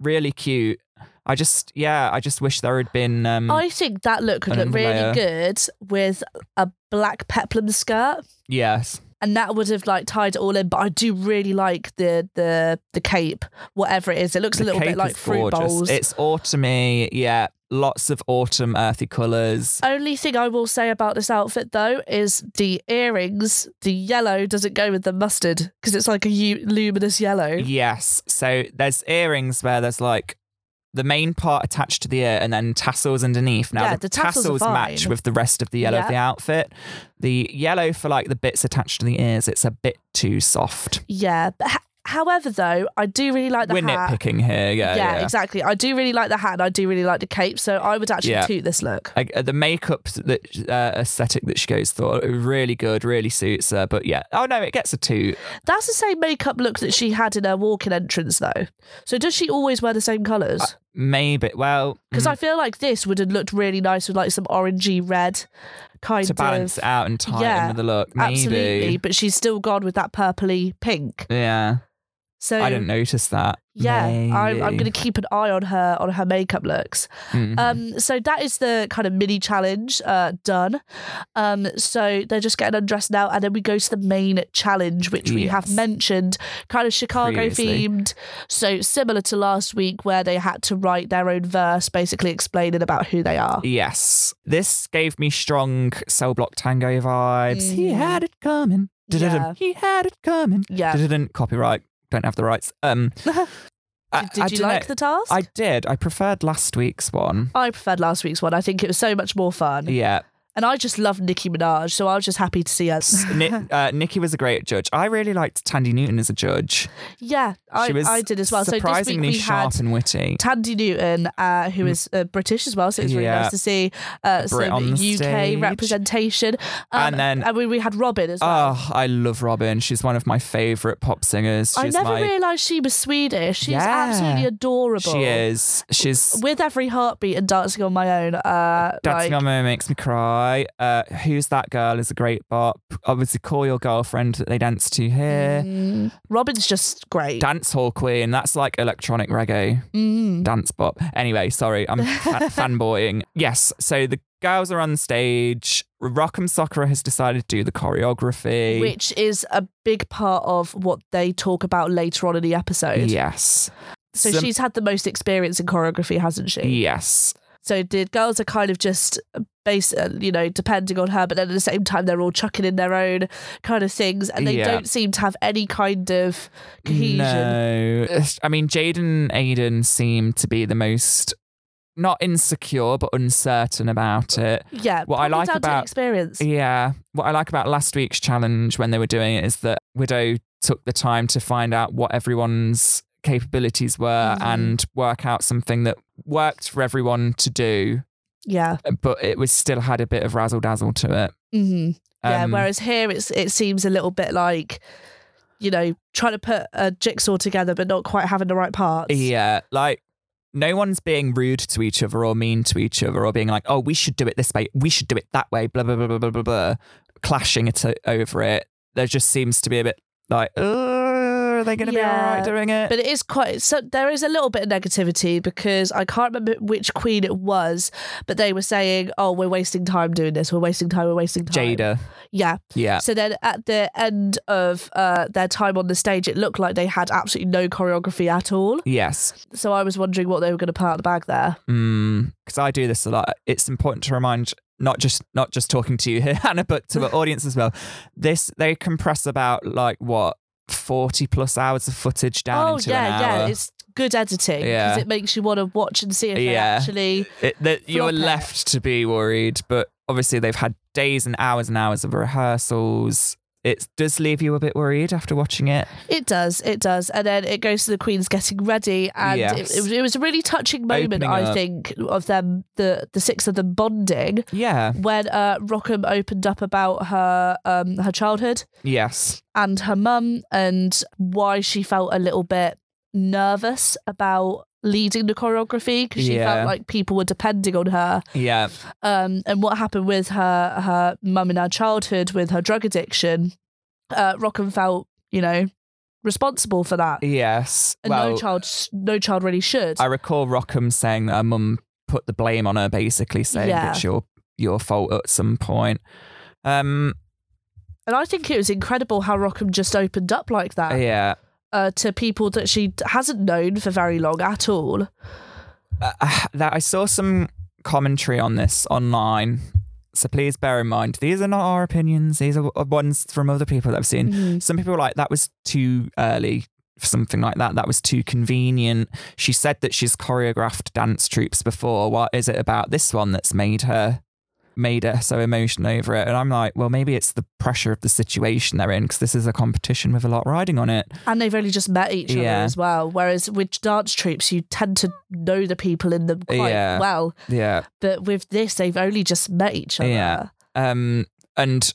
A: Really cute. I just, yeah, I just wish there had been. Um,
B: I think that look would
A: An
B: look really
A: underlayer.
B: good with a black peplum skirt.
A: yes,
B: And that would have like tied it all in, but I do really like the the the cape, whatever it is. It looks
A: the
B: a little
A: cape
B: bit like
A: is
B: fruit
A: gorgeous.
B: bowls.
A: It's autumny, yeah. Lots of autumn earthy colours.
B: Only thing I will say about this outfit though is the earrings. The yellow doesn't go with the mustard because it's like a u- luminous yellow.
A: Yes. So there's earrings where there's like the main part attached to the ear and then tassels underneath. Now
B: Yeah,
A: the,
B: the tassels are
A: match
B: fine.
A: with the rest of the yellow of
B: Yeah.
A: the outfit. The yellow for like the bits attached to the ears, it's a bit too soft.
B: Yeah. But h- however, though, I do really like the
A: We're
B: hat.
A: nitpicking here. Yeah.
B: yeah,
A: Yeah.
B: exactly. I do really like the hat and I do really like the cape, so I would actually
A: Yeah.
B: toot this look.
A: Like, uh, the makeup that uh, aesthetic that she goes for uh, really good, really suits her. But yeah, oh no, it gets a two.
B: That's the same makeup look that she had in her walk-in entrance, though. So does she always wear the same
A: Uh,
B: colours?
A: Maybe. Well,
B: Because I feel like this would have looked really nice with like some orangey red kind
A: to balance
B: of.
A: it out and tie
B: yeah,
A: in with the look, maybe.
B: Absolutely, but she's still gone with that purpley pink.
A: Yeah,
B: So
A: I didn't notice that.
B: yeah, I'm,
A: Maybe.
B: I'm going to keep an eye on her on her makeup looks.
A: Mhm.
B: Um, so that is the kind of mini challenge uh, done. Um, so they're just getting undressed now, and then we go to the main challenge, which we have
A: Yes.
B: mentioned, kind of Chicago
A: Previously.
B: themed. So similar to last week, where they had to write their own verse, basically explaining about who they are.
A: Yes. This gave me strong cell block tango vibes. He
B: Mhm.
A: had it coming. Da-da-dum.
B: Yeah.
A: He had it coming.
B: Yeah.
A: Da-da-dum. Copyright. Don't have the rights. Um I-
B: <laughs> Did, did
A: I
B: you
A: dunno.
B: like the task?
A: I did. I preferred last week's one.
B: I preferred last week's one. I think it was so much more fun.
A: Yeah.
B: And I just love Nicki Minaj, so I was just happy to see
A: <laughs>
B: us.
A: S-
B: <laughs>
A: Ni- uh, Nikki was a great judge. I really liked Tandy Newton as a judge.
B: Yeah, I,
A: she was
B: I did as well. So this week
A: surprisingly
B: we
A: sharp
B: had
A: and witty.
B: Tandy Newton, uh, who is uh, British as well, so it's really
A: Hmm. Yeah.
B: nice to see uh, some
A: Brit on
B: UK
A: the stage.
B: representation. Um,
A: And then-
B: and we, we had Robin as well.
A: Oh, I love Robin. She's one of my favourite pop singers.
B: I
A: She's
B: never
A: my
B: realised she was Swedish. She's
A: Yeah.
B: absolutely adorable.
A: she is. She's
B: With every heartbeat and dancing on my own, uh,
A: Dancing
B: like,
A: on Moon makes me cry. Uh, Who's That Girl is a great bop. Obviously, Call Your Girlfriend that they dance to here.
B: mm, Robin's just great.
A: Dance Hall Queen, that's like electronic reggae
B: Mm.
A: dance
B: <laughs>
A: bop. Anyway, sorry, I'm fa- fanboying. Yes, so the girls are on stage. Rock'em Sakura has decided to do the choreography.
B: which is a big part of what they talk about later on in the episode.
A: yes.
B: So
A: Some-
B: she's had the most experience in choreography, hasn't she?
A: Yes.
B: So the girls are kind of just base, uh, you know, depending on her, but then at the same time they're all chucking in their own kind of things, and they
A: Yeah.
B: don't seem to have any kind of cohesion.
A: No. It's- I mean, Jaden and Aiden seem to be the most not insecure but uncertain about it.
B: Yeah,
A: What I
B: probably
A: like
B: down to
A: about-
B: experience.
A: Yeah. What I like about last week's challenge when they were doing it is that Widow took the time to find out what everyone's capabilities were
B: Mhm.
A: and work out something that worked for everyone to do,
B: Yeah,
A: but it was still had a bit of razzle dazzle to it.
B: hmm yeah.
A: Um,
B: Whereas here, it's it seems a little bit like, you know, trying to put a jigsaw together, but not quite having the right parts.
A: Yeah, like no one's being rude to each other or mean to each other or being like, oh, we should do it this way, we should do it that way, blah blah blah blah blah blah, blah clashing it o- over it. There just seems to be a bit like, oh, are they going to be all
B: Yeah,
A: right doing it?
B: But it is quite so there is a little bit of negativity because I can't remember which queen it was, but they were saying, "Oh, we're wasting time doing this. We're wasting time. We're wasting time."
A: Jada,
B: Yeah.
A: yeah,
B: So then at the end of uh, their time on the stage, it looked like they had absolutely no choreography at all.
A: yes,
B: So I was wondering what they were going to put out the bag there.
A: because I do this a lot. It's important to remind not just not just talking to you <laughs> here, Hannah, but to the audience as well. This they compress about like what forty plus hours of footage down
B: oh
A: into
B: yeah,
A: an hour.
B: yeah. It's good editing because
A: Yeah.
B: it makes you want to watch and see if they
A: Yeah.
B: actually.
A: it, that you're
B: Flop it.
A: left to be worried, but obviously they've had days and hours and hours of rehearsals. It does leave you a bit worried after watching it.
B: It does, it does, and then it goes to the queens getting ready, and it-
A: Yes.
B: it, was- it was a really touching moment,
A: Opening
B: I
A: up.
B: think, of them the the six of them bonding
A: Yeah.
B: when uh, Rockham opened up about her um, her childhood
A: Yes.
B: and her mum and why she felt a little bit nervous about leading the choreography because she
A: Yeah.
B: felt like people were depending on her
A: Yeah.
B: um, and what happened with her her mum in her childhood with her drug addiction uh, Rockham felt you know responsible for that
A: Yes.
B: and
A: well,
B: no child sh- no child really should
A: I recall Rockham saying that her mum put the blame on her, basically saying
B: Yeah.
A: it's your your fault at some point. Um.
B: and I think it was incredible how Rockham just opened up like that
A: yeah.
B: uh, to people that she d- hasn't known for very long at all
A: uh, that I saw some commentary on this online. So please bear in mind, these are not our opinions. These are w- ones from other people that I've seen. Some people were like, that was too early for something like that. That was too convenient. She said that she's choreographed dance troupes before. What is it about this one that's made her? made her so emotional over it and i'm like well maybe it's the pressure of the situation they're in because this is a competition with a lot riding on it
B: and they've only just met each other
A: Yeah.
B: as well whereas with dance troupes you tend to know the people in them quite
A: Yeah.
B: well
A: yeah
B: but with this they've only just met each other
A: Yeah. Um, and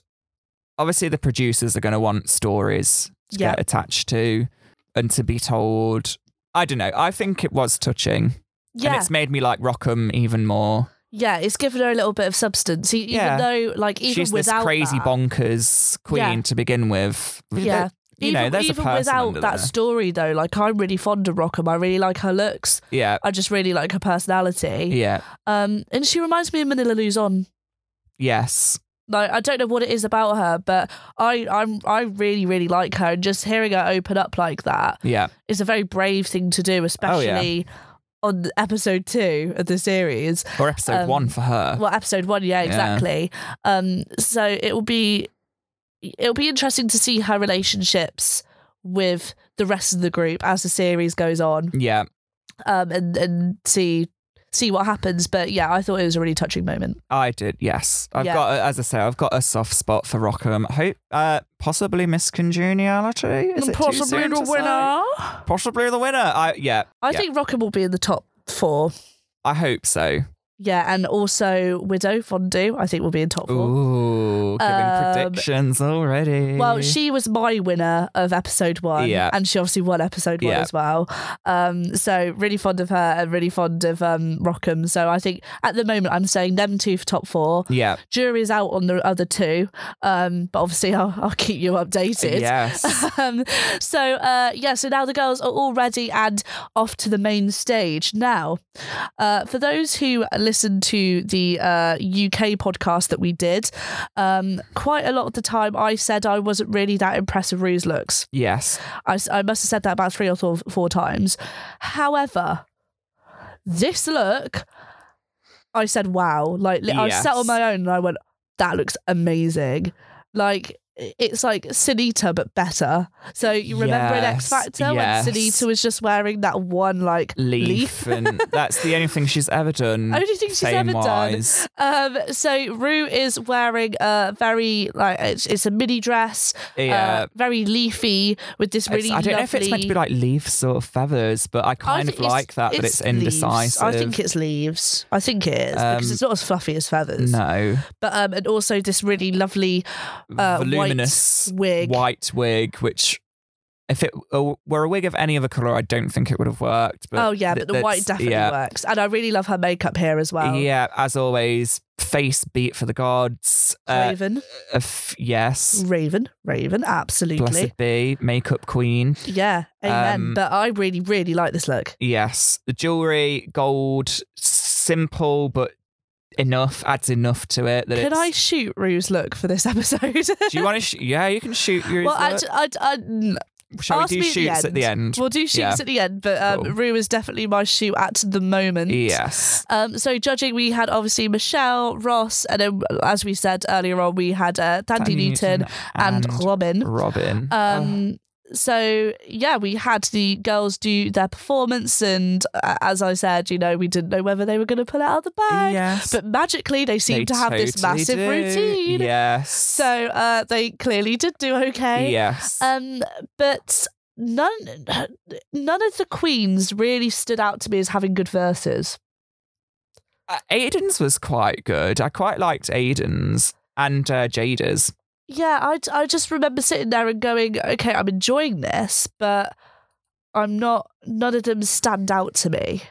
A: obviously the producers are going to want stories to
B: Yeah.
A: get attached to and to be told. I don't know. I think it was touching, and
B: yeah
A: it's made me like Rockham even more.
B: yeah it's given her a little bit of substance E- even
A: Yeah.
B: though like even
A: She's this
B: without
A: crazy
B: that,
A: bonkers queen
B: Yeah.
A: to begin with.
B: Yeah.
A: You
B: even,
A: know, there's
B: even
A: a person
B: without
A: under
B: that
A: there.
B: story though like i'm really fond of rockham i really like her looks
A: yeah,
B: i just really like her personality
A: yeah,
B: Um, and she reminds me of Manila Luzon.
A: yes,
B: Like I don't know what it is about her, but I I'm I really really like her, and just hearing her open up like that
A: yeah,
B: is a very brave thing to
A: Oh,
B: do, especially on episode two of the series.
A: or episode
B: Um,
A: one for her.
B: Well, episode one, yeah,
A: Uh, Yeah.
B: exactly. Um, so it will be it'll be interesting to see her relationships with the rest of the group as the series goes on,
A: yeah,
B: um, and and see see what happens. But yeah, I thought it was a really touching moment.
A: I did. Yes, I've
B: Yeah.
A: got. A, as I say, I've got a soft spot for Rockham. Hope, uh, possibly miscongeniality. Is it too soon to say? possibly the winner. I yeah.
B: I
A: yeah.
B: think Rockham will be in the top four.
A: I hope so.
B: Yeah, and also Widow Fondue, I think will be in top four.
A: Ooh, giving
B: Um,
A: predictions already.
B: Well, she was my winner of episode one,
A: Mm-hmm. Yeah.
B: and she obviously won episode one
A: Yeah.
B: as well. Um, so really fond of her and really fond of um, Rockham. So I think at the moment I'm saying them two for top four.
A: yeah.
B: Jury's out on the other two, um, but obviously I'll, I'll keep you updated. <laughs>
A: Yes.
B: um, so uh, yeah, so now the girls are all ready and off to the main stage. Now, uh, for those who listen to the uh, UK podcast that we did, um, quite a lot of the time I said I wasn't really that impressed with Rue's looks.
A: Yes.
B: I, s- I must have said that about three or four, four times. However, this look, I said, wow. Like, li- I was sat on
A: Yes.
B: my own and I went, that looks amazing. Like, it's like Sunita, but better. So you remember in
A: Yes,
B: X Factor
A: yes.
B: when Sunita was just wearing that one, like,
A: Leaf,
B: Leaf.
A: and that's the only thing she's ever done.
B: Only thing she's ever done.
A: fame-wise.
B: Um, so Rue is wearing a very like it's, it's a mini dress,
A: Yeah.
B: uh, very leafy with this
A: It's-
B: really.
A: I don't know if it's meant to be
B: lovely-
A: like leaves or feathers, but I
B: I
A: kind
B: think
A: of like that, but it's
B: leaves.
A: indecisive.
B: I think it's leaves. I think it is because
A: Um,
B: it's not as fluffy as feathers.
A: no.
B: But um, and also this really lovely uh,
A: Voluminous
B: white wig.
A: white wig, which if it uh, were a wig of any other color, I don't think it would have worked. But
B: oh yeah,
A: th-
B: but the white
A: that's-
B: definitely
A: yeah.
B: works, and I really love her makeup here as well.
A: Yeah, as always, face beat for the gods. Uh,
B: Raven,
A: a f- yes,
B: Raven, Raven, absolutely.
A: blessed be makeup queen.
B: Yeah, amen.
A: Um,
B: but I really, really like this look.
A: Yes, the jewelry, gold, simple but enough adds enough to it. That
B: Could
A: it's-
B: I shoot Rue's look for this <laughs> episode?
A: Do you want to? Sh- yeah, you can shoot your. uh,
B: well, I, I, I, n-
A: Shall we
B: ask
A: do
B: me at the
A: shoots at the end?
B: we'll do shoots
A: Yeah.
B: at the end, but um,
A: Cool.
B: Rue is definitely my shoot at the moment.
A: Yes.
B: Um, so judging, we had obviously Michelle Ross, and then as we said earlier on, we had uh, Dandy Newton and, Robin.
A: Robin.
B: Um, so yeah, we had the girls do their performance, and uh, as I said, you know, we didn't know whether they were going to pull it out of the
A: Oh,
B: bag,
A: yes.
B: but magically they seemed
A: They
B: to have this
A: totally
B: massive
A: do.
B: routine.
A: Yes.
B: So uh, they clearly did do okay.
A: Yes.
B: Um, but none none of the queens really stood out to me as having good verses.
A: Uh, Aiden's was quite good. I quite liked Aiden's and uh, Jada's.
B: Yeah, I I just remember sitting there and going, okay, I'm enjoying this, but I'm not. None of them stand out to me.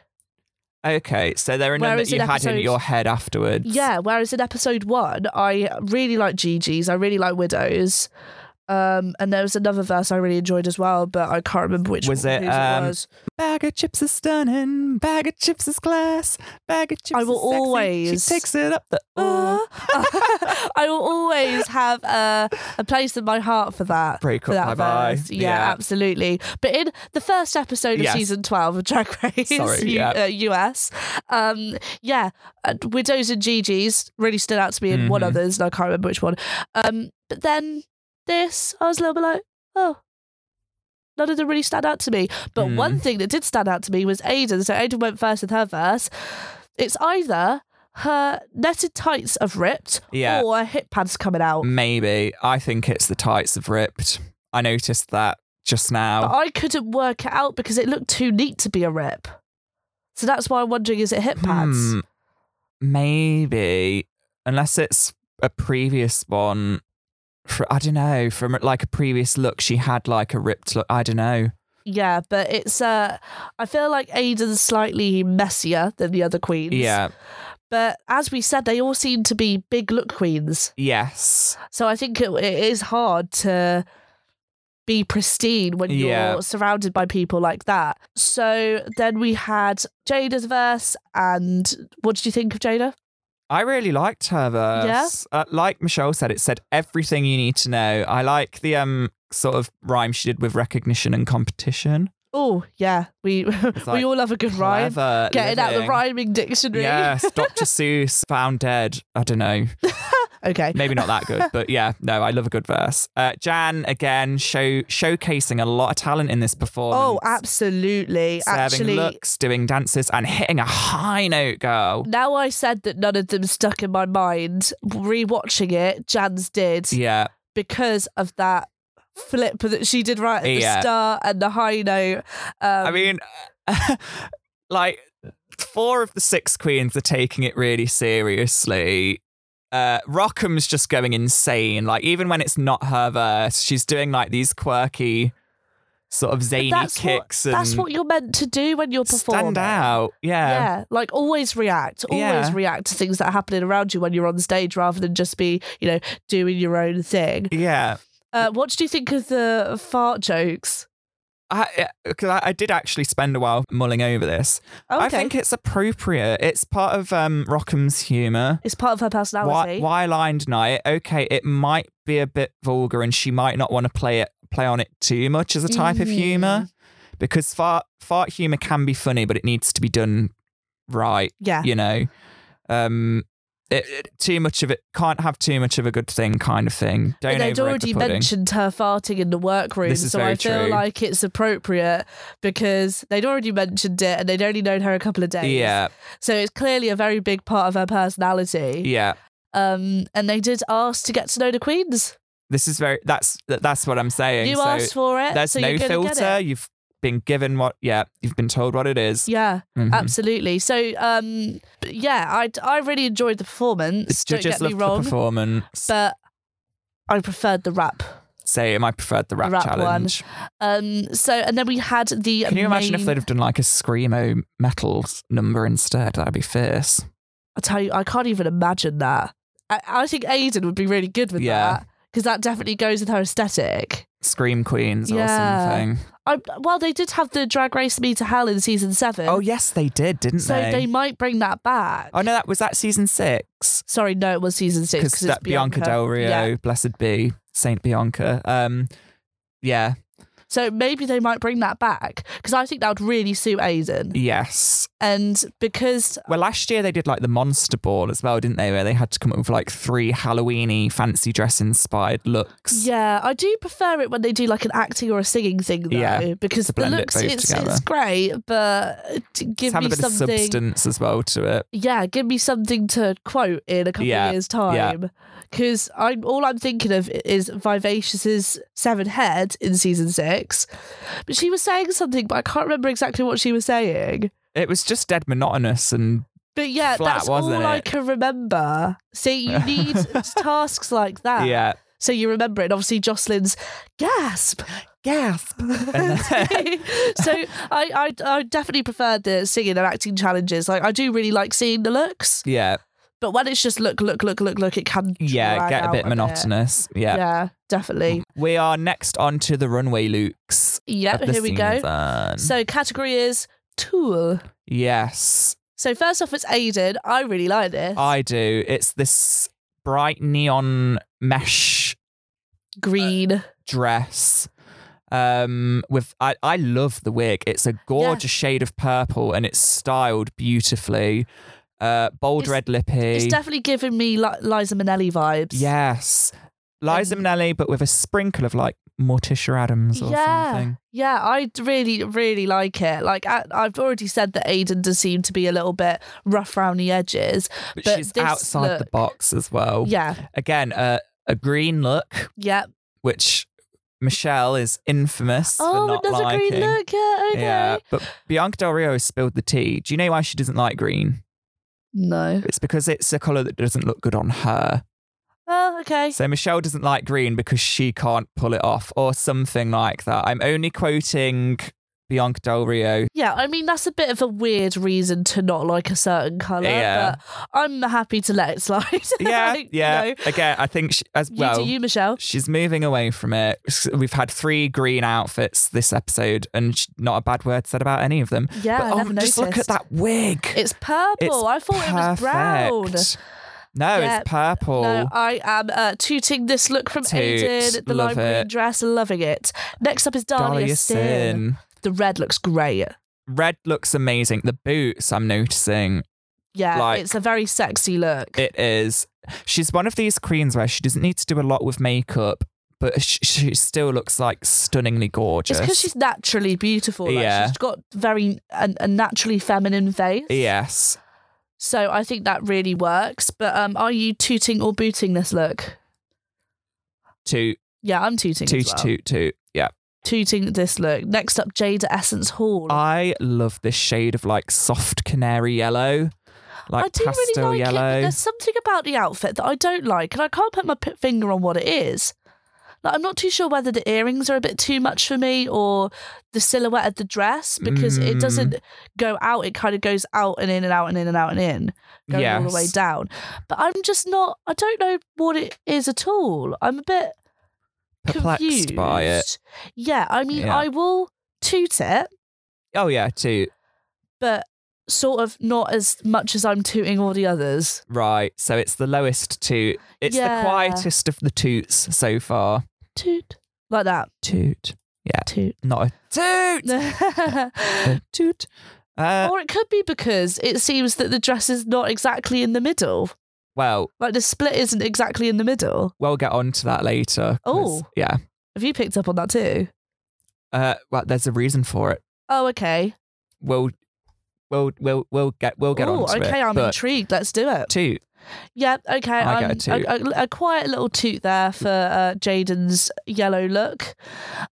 A: Okay, so there are none
B: Whereas
A: that you
B: in
A: had in
B: episode-
A: your head afterwards.
B: Yeah. Whereas in episode one, I really like Gigi's. I really like Widows. Um, and there was another verse I really enjoyed as well, but I can't remember which
A: Was it,
B: whose
A: um,
B: was. <laughs>
A: Bag of chips is stunning. Bag of chips is class. Bag of chips
B: I will
A: is sexy.
B: always-
A: She takes it up the. uh.
B: Uh, I will always have a, a place in my heart for
A: <laughs>
B: that.
A: Break
B: For
A: up,
B: that
A: bye-bye.
B: verse. Yeah,
A: Yeah.
B: absolutely. But in the first episode of
A: Yes.
B: season 12 of Drag Race
A: Sorry,
B: U-
A: yeah.
B: uh, US, um, yeah, uh, Widows and Gigi's really stood out to me in one
A: Mhm.
B: others, and I can't remember which one. Um, but then this, I was a little bit like, oh. None of them really stand out to me. But
A: Mm.
B: one thing that did stand out to me was Aiden. So Aiden went first with her verse. It's either her netted tights have ripped
A: Yeah.
B: or her hip pads coming out.
A: Maybe. I think it's the tights have ripped. I noticed that just
B: But
A: now.
B: I couldn't work it out because it looked too neat to be a rip. So that's why I'm wondering is it hip pads?
A: Hmm, maybe. Unless it's a previous one. For, I don't know. From like a previous look, she had like a ripped look. I don't know.
B: Yeah, but it's uh I feel like Aiden's slightly messier than the other queens.
A: Yeah.
B: But as we said, they all seem to be big look queens.
A: Yes.
B: So I think it, it is hard to be pristine when
A: Yeah.
B: you're surrounded by people like that. So then we had Jada's verse, and what did you think of Jada?
A: I really liked her verse. Uh, like Michelle said, it said everything you need to know. I like the um sort of rhyme she did with recognition and competition.
B: Oh yeah, we <laughs> we
A: like
B: all love a good rhyme.
A: Clever
B: Getting out the
A: living.
B: rhyming dictionary.
A: Yes,
B: <laughs>
A: Dr. Seuss found dead. I don't know.
B: Okay.
A: Maybe not that good, but yeah, no, I love a good verse. Uh, Jan again show showcasing a lot of talent in this performance.
B: Oh, absolutely.
A: Serving
B: Actually,
A: looks, doing dances, and hitting a high note, girl.
B: now I said that none of them stuck in my mind. Rewatching it, Jan's did.
A: Yeah,
B: because of that flip that she did right at the
A: Yeah.
B: start and the high note. Um,
A: I mean, <laughs> like four of the six queens are taking it really seriously. Uh, Rockham's just going insane. Like even when it's not her verse, she's doing like these quirky, sort of zany
B: that's what-
A: kicks and
B: that's what you're meant to do when you're performing.
A: stand out. Yeah.
B: Yeah, like always react, always
A: Yeah.
B: react to things that are happening around you when you're on stage rather than just be, you know, doing your own thing.
A: yeah.
B: Uh, what did you think of the fart jokes?
A: I, eh, cause I, I did actually spend a while mulling over this. I think it's appropriate. It's part of um, Rockham's humour.
B: it's part of her
A: Why,
B: personality.
A: why lined night? Okay, it might be a bit vulgar, and she might not want to play it play on it too much as a type
B: Mm-hmm.
A: of humour, because fart fart humour can be funny, but it needs to be done right.
B: Yeah.
A: You know, um, it, it- too much of it can't have too much of a good thing, kind of thing. Don't
B: And I'd
A: overegg the
B: already
A: pudding.
B: mentioned her farting in the workroom,
A: This is
B: so
A: very
B: I feel
A: true.
B: like it's appropriate because they'd already mentioned it and they'd only known her a couple of days.
A: Yeah,
B: So it's clearly a very big part of her personality.
A: yeah.
B: Um, and they did ask to get to know the queens.
A: This is very. That's that's what I'm saying.
B: You
A: so
B: asked for it.
A: there's
B: so
A: no
B: you're gonna get
A: filter.
B: it.
A: You've been given what. Yeah, you've been told what it is.
B: Yeah,
A: Mhm.
B: absolutely. So, um, but yeah, I, I really enjoyed the performance.
A: Ju-
B: Don't
A: just
B: get me
A: love
B: wrong,
A: the performance.
B: but I preferred the rap.
A: Same. I preferred the rap,
B: rap one.
A: challenge.
B: Um, so and then we had the.
A: Can you imagine if
B: main-
A: they'd have done like a screamo metal s- number instead? That'd be fierce.
B: I tell you, I can't even imagine that. I, I think Aiden would be really good with
A: Yeah.
B: that because that definitely goes with her aesthetic.
A: Scream Queens
B: Yeah.
A: or something.
B: I, well, they did have the Drag Race Me to Hell in season seven.
A: Oh yes, they did, didn't
B: so
A: they?
B: they might bring that back.
A: Oh no, that was that season six
B: Sorry, no, it was season six
A: because
B: because
A: that Bianca, Del Rio,
B: Yeah.
A: blessed be Saint Bianca. Um, yeah,
B: So maybe they might bring that back because I think that would really suit Aiden.
A: yes.
B: And because
A: Well, last year they did like the Monster Ball as well, didn't they? Where they had to come up with like three Halloweeny fancy dress inspired looks.
B: yeah, I do prefer it when they do like an acting or a singing thing though,
A: Yeah,
B: because
A: to
B: the
A: blend it
B: looks
A: both
B: it's,
A: together.
B: it's great, but t-
A: Just
B: give
A: have
B: me
A: a bit
B: something.
A: of substance as well to it.
B: yeah, give me something to quote in a couple
A: Yeah,
B: of years'
A: yeah.
B: time. Because I'm all I'm thinking of is Vivacious's seven head in season six, but she was saying something, but I can't remember exactly what she was saying.
A: It was just dead monotonous and
B: But yeah,
A: Flat,
B: that's all
A: wasn't
B: I
A: it?
B: can remember. See,
A: <laughs>
B: you need tasks like that,
A: yeah,
B: so you remember it. And obviously, Jocelyn's
A: <laughs>
B: gasp. <laughs>
A: gasp. And
B: so I, I, I definitely prefer the singing and acting challenges. Like, I do really like seeing the looks.
A: Yeah,
B: But when it's just look, look, look, look, look, it can
A: yeah,
B: drag
A: get a
B: out
A: bit monotonous.
B: Yeah.
A: Yeah. Mm.
B: definitely.
A: We are next on to the runway looks.
B: Yep,
A: of the
B: here we go.
A: season.
B: So category is tool.
A: yes,
B: So first off, it's Aiden. I really like this
A: I do. It's this bright neon mesh
B: green.
A: dress. Um, with I, I love the wig. It's a gorgeous shade of purple and it's styled beautifully. Uh, bold
B: It's-
A: red lippy.
B: it's definitely giving me Li- Liza Minnelli vibes.
A: yes, Liza
B: Um,
A: Minnelli, but with a sprinkle of like Morticia Adams or
B: Yeah.
A: something.
B: Yeah, I d- really, really like it. Like I, I've already said that Aiden does seem to be a little bit rough around the edges.
A: But,
B: But
A: she's
B: this
A: outside the
B: look-
A: box as well.
B: Yeah,
A: Again, uh, a green look,
B: yeah.
A: which Michelle is infamous for
B: Oh,
A: not
B: another
A: liking.
B: green look. Yeah, okay.
A: Yeah, but Bianca Del Rio has spilled the tea. Do you know why she doesn't like green?
B: No.
A: It's because it's a color that doesn't look good on her.
B: Oh, okay.
A: So Michelle doesn't like green because she can't pull it off, or something like that. I'm only quoting Bianca Del
B: <laughs>
A: Rio.
B: Yeah, I mean that's a bit of a weird reason to not like a certain color,
A: Yeah.
B: but I'm happy to let it slide. <laughs>
A: Yeah,
B: Like,
A: yeah.
B: You, know,
A: Again, I think she, as
B: You
A: well.
B: do you, Michelle.
A: She's moving away from it. We've had three green outfits this episode, and sh- not a bad word said about any of them.
B: Yeah,
A: but
B: I
A: oh,
B: never
A: just look at
B: noticed.
A: that wig.
B: It's purple.
A: It's
B: I thought it was brown.
A: perfect. No,
B: Yeah,
A: it's purple.
B: No, I am uh, tooting this look from
A: Toot.
B: Aiden, the
A: Love
B: lime green
A: it.
B: dress, loving it. Next up is Dahlia,
A: Dahlia
B: Sin.
A: Sin.
B: The red looks great.
A: Red looks amazing. The boots, I'm noticing,
B: Yeah,
A: Like-
B: it's a very sexy look.
A: it is. She's one of these queens where she doesn't need to do a lot with makeup, but she, she still looks like stunningly gorgeous.
B: it's because she's naturally beautiful. Like,
A: Yeah.
B: She's got very a, a naturally feminine face.
A: Yes.
B: So I think that really works. But um, are you tooting or booting this look?
A: Toot,
B: Yeah, I'm tooting.
A: toot,
B: as well.
A: toot, toot. Yeah.
B: Tooting this look. Next up, Jada Essence Hall.
A: I love this shade of like soft canary yellow, like
B: I do
A: pastel
B: really like it,
A: yellow.
B: but there's something about the outfit that I don't like, and I can't put my p- finger on what it is. Like, I'm not too sure whether the earrings are a bit too much for me or the silhouette of the dress because it
A: Mm.
B: doesn't go out. It kind of goes out and in and out and in and out and in, going all the way
A: Yes.
B: down. But I'm just not. I don't know what it is at all. I'm a bit
A: Perplexed by it.
B: confused. Yeah, I mean,
A: Yeah.
B: I will toot it,
A: Oh yeah, two.
B: but sort of not as much as I'm tooting all the others.
A: Right. So it's the lowest toot. It's
B: Yeah.
A: the quietest of the toots so far.
B: Toot. Like that.
A: Toot.
B: Toot.
A: Not a toot. <laughs> A
B: <gasps>
A: toot. Uh,
B: <laughs> or it could be because it seems that the dress is not exactly in the middle.
A: well,
B: Like the split isn't exactly in the middle.
A: we'll get on to that later. 'cause-
B: Oh.
A: Yeah.
B: Have you picked up on that too?
A: Uh, well, there's a reason for it.
B: Oh, okay.
A: We'll, we'll, we'll, we'll get, we'll get
B: oh,
A: on to it.
B: okay. I'm
A: but
B: intrigued. Let's do it.
A: toot.
B: Yep. Okay.
A: I
B: I'm,
A: get a
B: A, a- a quiet little toot there for uh, Jaden's yellow look.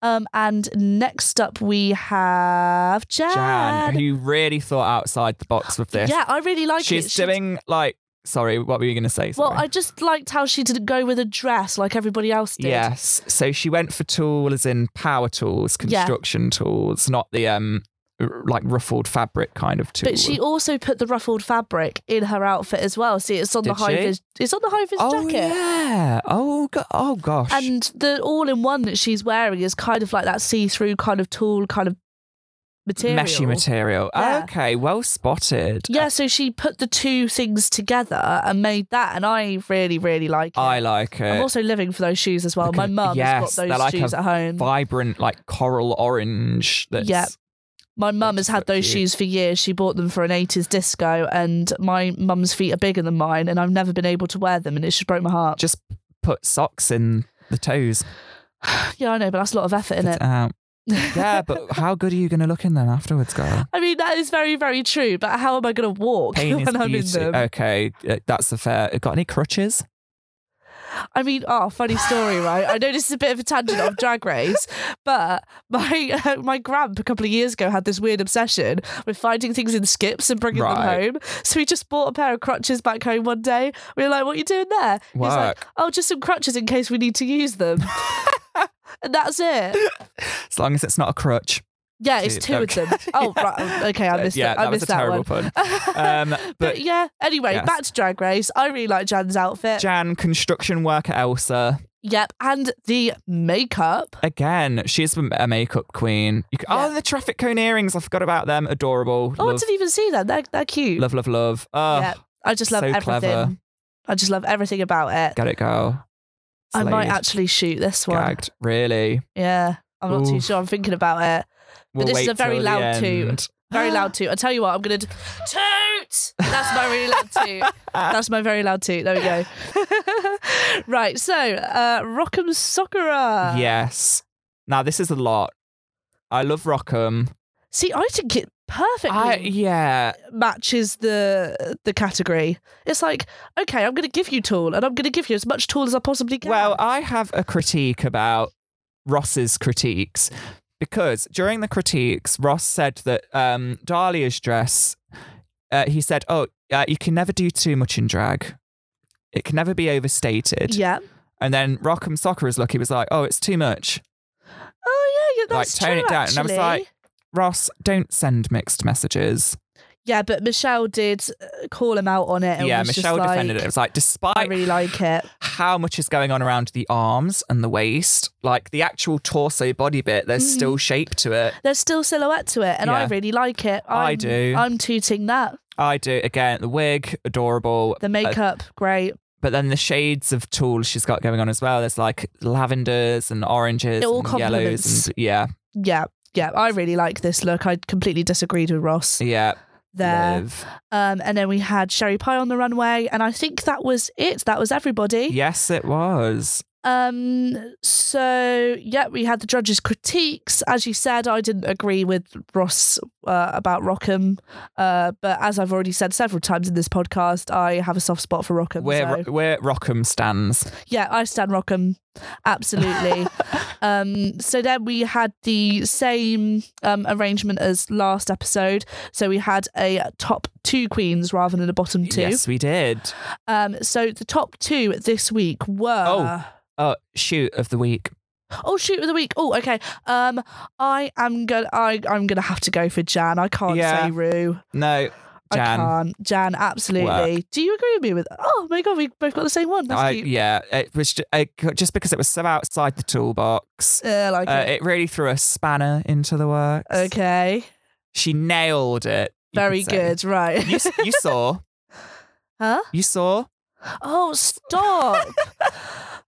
B: Um, and next up we have Jan.
A: Jan, who really thought outside the box with this.
B: Yeah, I really like it.
A: She's
B: She-
A: doing like. Sorry, what were you going to say?
B: Well,
A: Sorry.
B: I just liked how she didn't go with a dress like everybody else did.
A: Yes. So she went for tool as in power tools,
B: Yeah.
A: construction tools, not the um r- like ruffled fabric kind of tool.
B: But she also put the ruffled fabric in her outfit as well. See, it's on the
A: Did
B: high
A: she?
B: vis. It's on the high vis
A: oh
B: jacket.
A: yeah. Oh go- oh gosh.
B: And the all-in-one that she's wearing is kind of like that see-through kind of tool kind of material.
A: Meshy material.
B: Yeah.
A: Okay, well spotted.
B: Yeah, so she put the two things together and made that, and I really, really like it.
A: I like it.
B: am also living for those shoes as
A: Uh,
B: well.
A: Look
B: My
A: at-
B: mum
A: yes,
B: has got
A: they're
B: those
A: like
B: shoes
A: a
B: at home.
A: Vibrant, like coral orange. That's
B: Yep. My mum
A: That's
B: has had
A: so
B: those
A: cute.
B: shoes for years. She bought them for an 80s disco, and my mum's feet are bigger than mine, and I've never been able to wear them, and it just broke my heart.
A: just put socks in the toes.
B: Yeah, I know, but that's a lot of effort in it. <laughs>
A: Um, yeah, but how good are you going to look in them afterwards,
B: <laughs>
A: girl?
B: I mean, that is very, very true, but how am I going to walk
A: Pain
B: <laughs> when
A: is
B: I'm
A: beauty.
B: in them?
A: Okay, uh, that's a fair. Got any crutches?
B: I mean, oh, funny story, right? I know this is a bit of a tangent of Drag Race, but my <laughs> my grand a couple of years ago had this weird obsession with finding things in skips and bringing
A: Right.
B: them home. So we just bought a pair of crutches back home one day. We were like, "What are you doing there?" He was like,
A: Work.
B: "Oh, just some crutches in case we need to use
A: <laughs>
B: them." and that's it.
A: As long as it's not a crutch.
B: Yeah, it's
A: Shit,
B: two
A: okay. <laughs>
B: of them. Oh, right. Okay, I missed
A: yeah,
B: that. I
A: that was
B: missed
A: a
B: that
A: terrible
B: one. <laughs>
A: pun. Um, but,
B: But, yeah, anyway,
A: Yes.
B: back to Drag Race. I really like Jan's outfit.
A: Jan, construction worker Elsa,
B: yep, and the makeup.
A: again, she's a makeup queen. You c Oh,
B: Yeah.
A: the traffic cone earrings. I forgot about them. Adorable.
B: Oh, I
A: love,
B: didn't even see that. They're, they're cute.
A: love, love, love. Oh,
B: yeah, I just love
A: so
B: everything.
A: clever.
B: I just love everything about it.
A: Get it, girl.
B: I might
A: Slayed.
B: actually shoot this one.
A: Gagged. Really?
B: Yeah, I'm not too
A: Oof.
B: sure. I'm thinking about it.
A: We'll
B: this is
A: wait
B: a very
A: till the
B: loud
A: <gasps>
B: toot.
A: end.
B: Very loud toot. I tell you what, I'm gonna d- toot. That's my really loud
A: <laughs>
B: toot. That's my very loud toot. There we go. right, so uh, Rock'em Sockera.
A: yes. Now, this is a lot. I love Rockham.
B: See, I think it perfectly
A: I, yeah.
B: matches the the category. It's like, okay, I'm gonna give you tool, and I'm gonna give you as much tool as I possibly can.
A: Well, I have a critique about Ross's critiques because during the critiques, Ross said that um, Dahlia's dress, uh, he said, Oh, uh, you can never do too much in drag. It can never be overstated.
B: yeah.
A: And then Rockham Soccer's look, he was like, Oh, it's too much.
B: Oh yeah, yeah,
A: Like,
B: that's
A: tone
B: true,
A: it down. And I was
B: actually.
A: like- Ross, don't send mixed messages.
B: yeah, but Michelle did uh, call him out on it. And
A: yeah,
B: was just
A: Michelle
B: like,
A: defended it. It was like,
B: I
A: despite
B: really like it.
A: how much is going on around the arms and the waist, like the actual torso body bit, there's
B: Mhm.
A: still shape to it.
B: There's still silhouette to it, and I
A: Yeah.
B: really like it. I'm,
A: I do.
B: I'm tooting that.
A: I do again. The wig, adorable.
B: The makeup, great.
A: but then the shades of tulle she's got going on as well. There's like lavenders and oranges,
B: It all
A: and yellows,
B: complements.
A: and yeah,
B: Yeah, yeah. I really like this look. I completely disagreed with Ross
A: yeah.
B: there.
A: live.
B: Um, and then we had Sherry Pie on the runway, and I think that was it. That was everybody.
A: Yes, it was.
B: Um, so yeah, we had the judges' critiques. As you said, I didn't agree with Ross uh, about Rockham, uh, but as I've already said several times in this podcast, I have a soft spot for Rockham.
A: Where
B: so-
A: where Rockham stands.
B: yeah, I stand Rockham,
A: <laughs>
B: absolutely. um, so then we had the same um, arrangement as last episode. So we had a top two queens rather than a bottom two.
A: Yes, we did.
B: Um, so the top two this week were.
A: Oh. Oh, shoot of the week.
B: Oh shoot of the week. Oh, okay. Um I am gonna I, I'm gonna have to go for Jan. I can't
A: Yeah.
B: say Rue.
A: No,
B: I
A: Jan.
B: can't. Jan, absolutely. Do you agree with me with? Oh my god, we both got the same one. That's
A: I,
B: cute.
A: yeah, it was just, just because it was so outside the toolbox.
B: Yeah, I like
A: Uh,
B: it.
A: it really threw a spanner into the works.
B: Okay,
A: She nailed it. you
B: very
A: could say.
B: good. Right?
A: You, s- you saw.
B: <laughs> huh?
A: You saw.
B: Oh,
A: <laughs>
B: stop.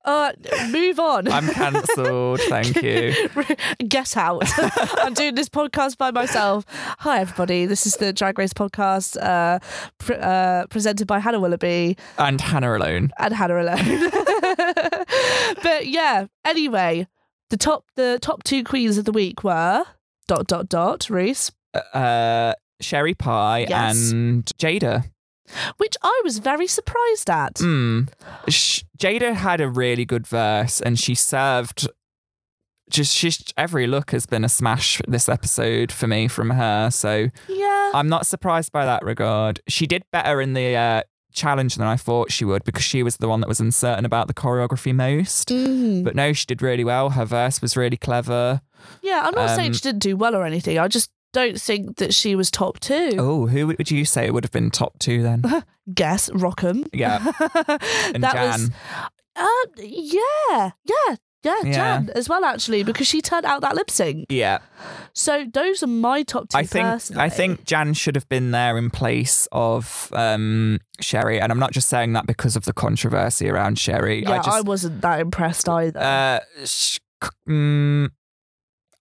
B: uh, move on.
A: I'm cancelled. Thank
B: <laughs>
A: you.
B: Get out. <laughs> I'm doing this podcast by myself. Hi, everybody. This is the Drag Race podcast uh, pr- uh, presented by Hannah Willoughby
A: And Hannah alone.
B: and Hannah alone. <laughs> but yeah, anyway, the top the top two queens of the week were dot dot dot Reese,
A: Uh, Sherry Pie
B: Yes.
A: and Jada.
B: which I was very surprised at.
A: Mm. Sh- Jada had a really good verse, and she served. Just she's every look has been a smash this episode for me from her. So
B: Yeah.
A: I'm not surprised by that regard. She did better in the uh, challenge than I thought she would because she was the one that was uncertain about the choreography most.
B: Mhm.
A: But no, she did really well. Her verse was really clever.
B: Yeah, I'm not saying
A: um,
B: she didn't do well or anything. I just don't think that she was top two.
A: Oh, who would you say would have been top two
B: <laughs>
A: then?
B: Guess Rockham. <laughs>
A: Yeah. And
B: that
A: Jan.
B: was Um, yeah, yeah, yeah,
A: Yeah.
B: Jan as well actually because she turned out that lip sync.
A: yeah.
B: So those are my top two.
A: I think I
B: personally.
A: think Jan should have been there in place of um, Sherry, and I'm not just saying that because of the controversy around Sherry.
B: Yeah, I,
A: I just
B: wasn't that impressed either.
A: uh, sh- c- mm,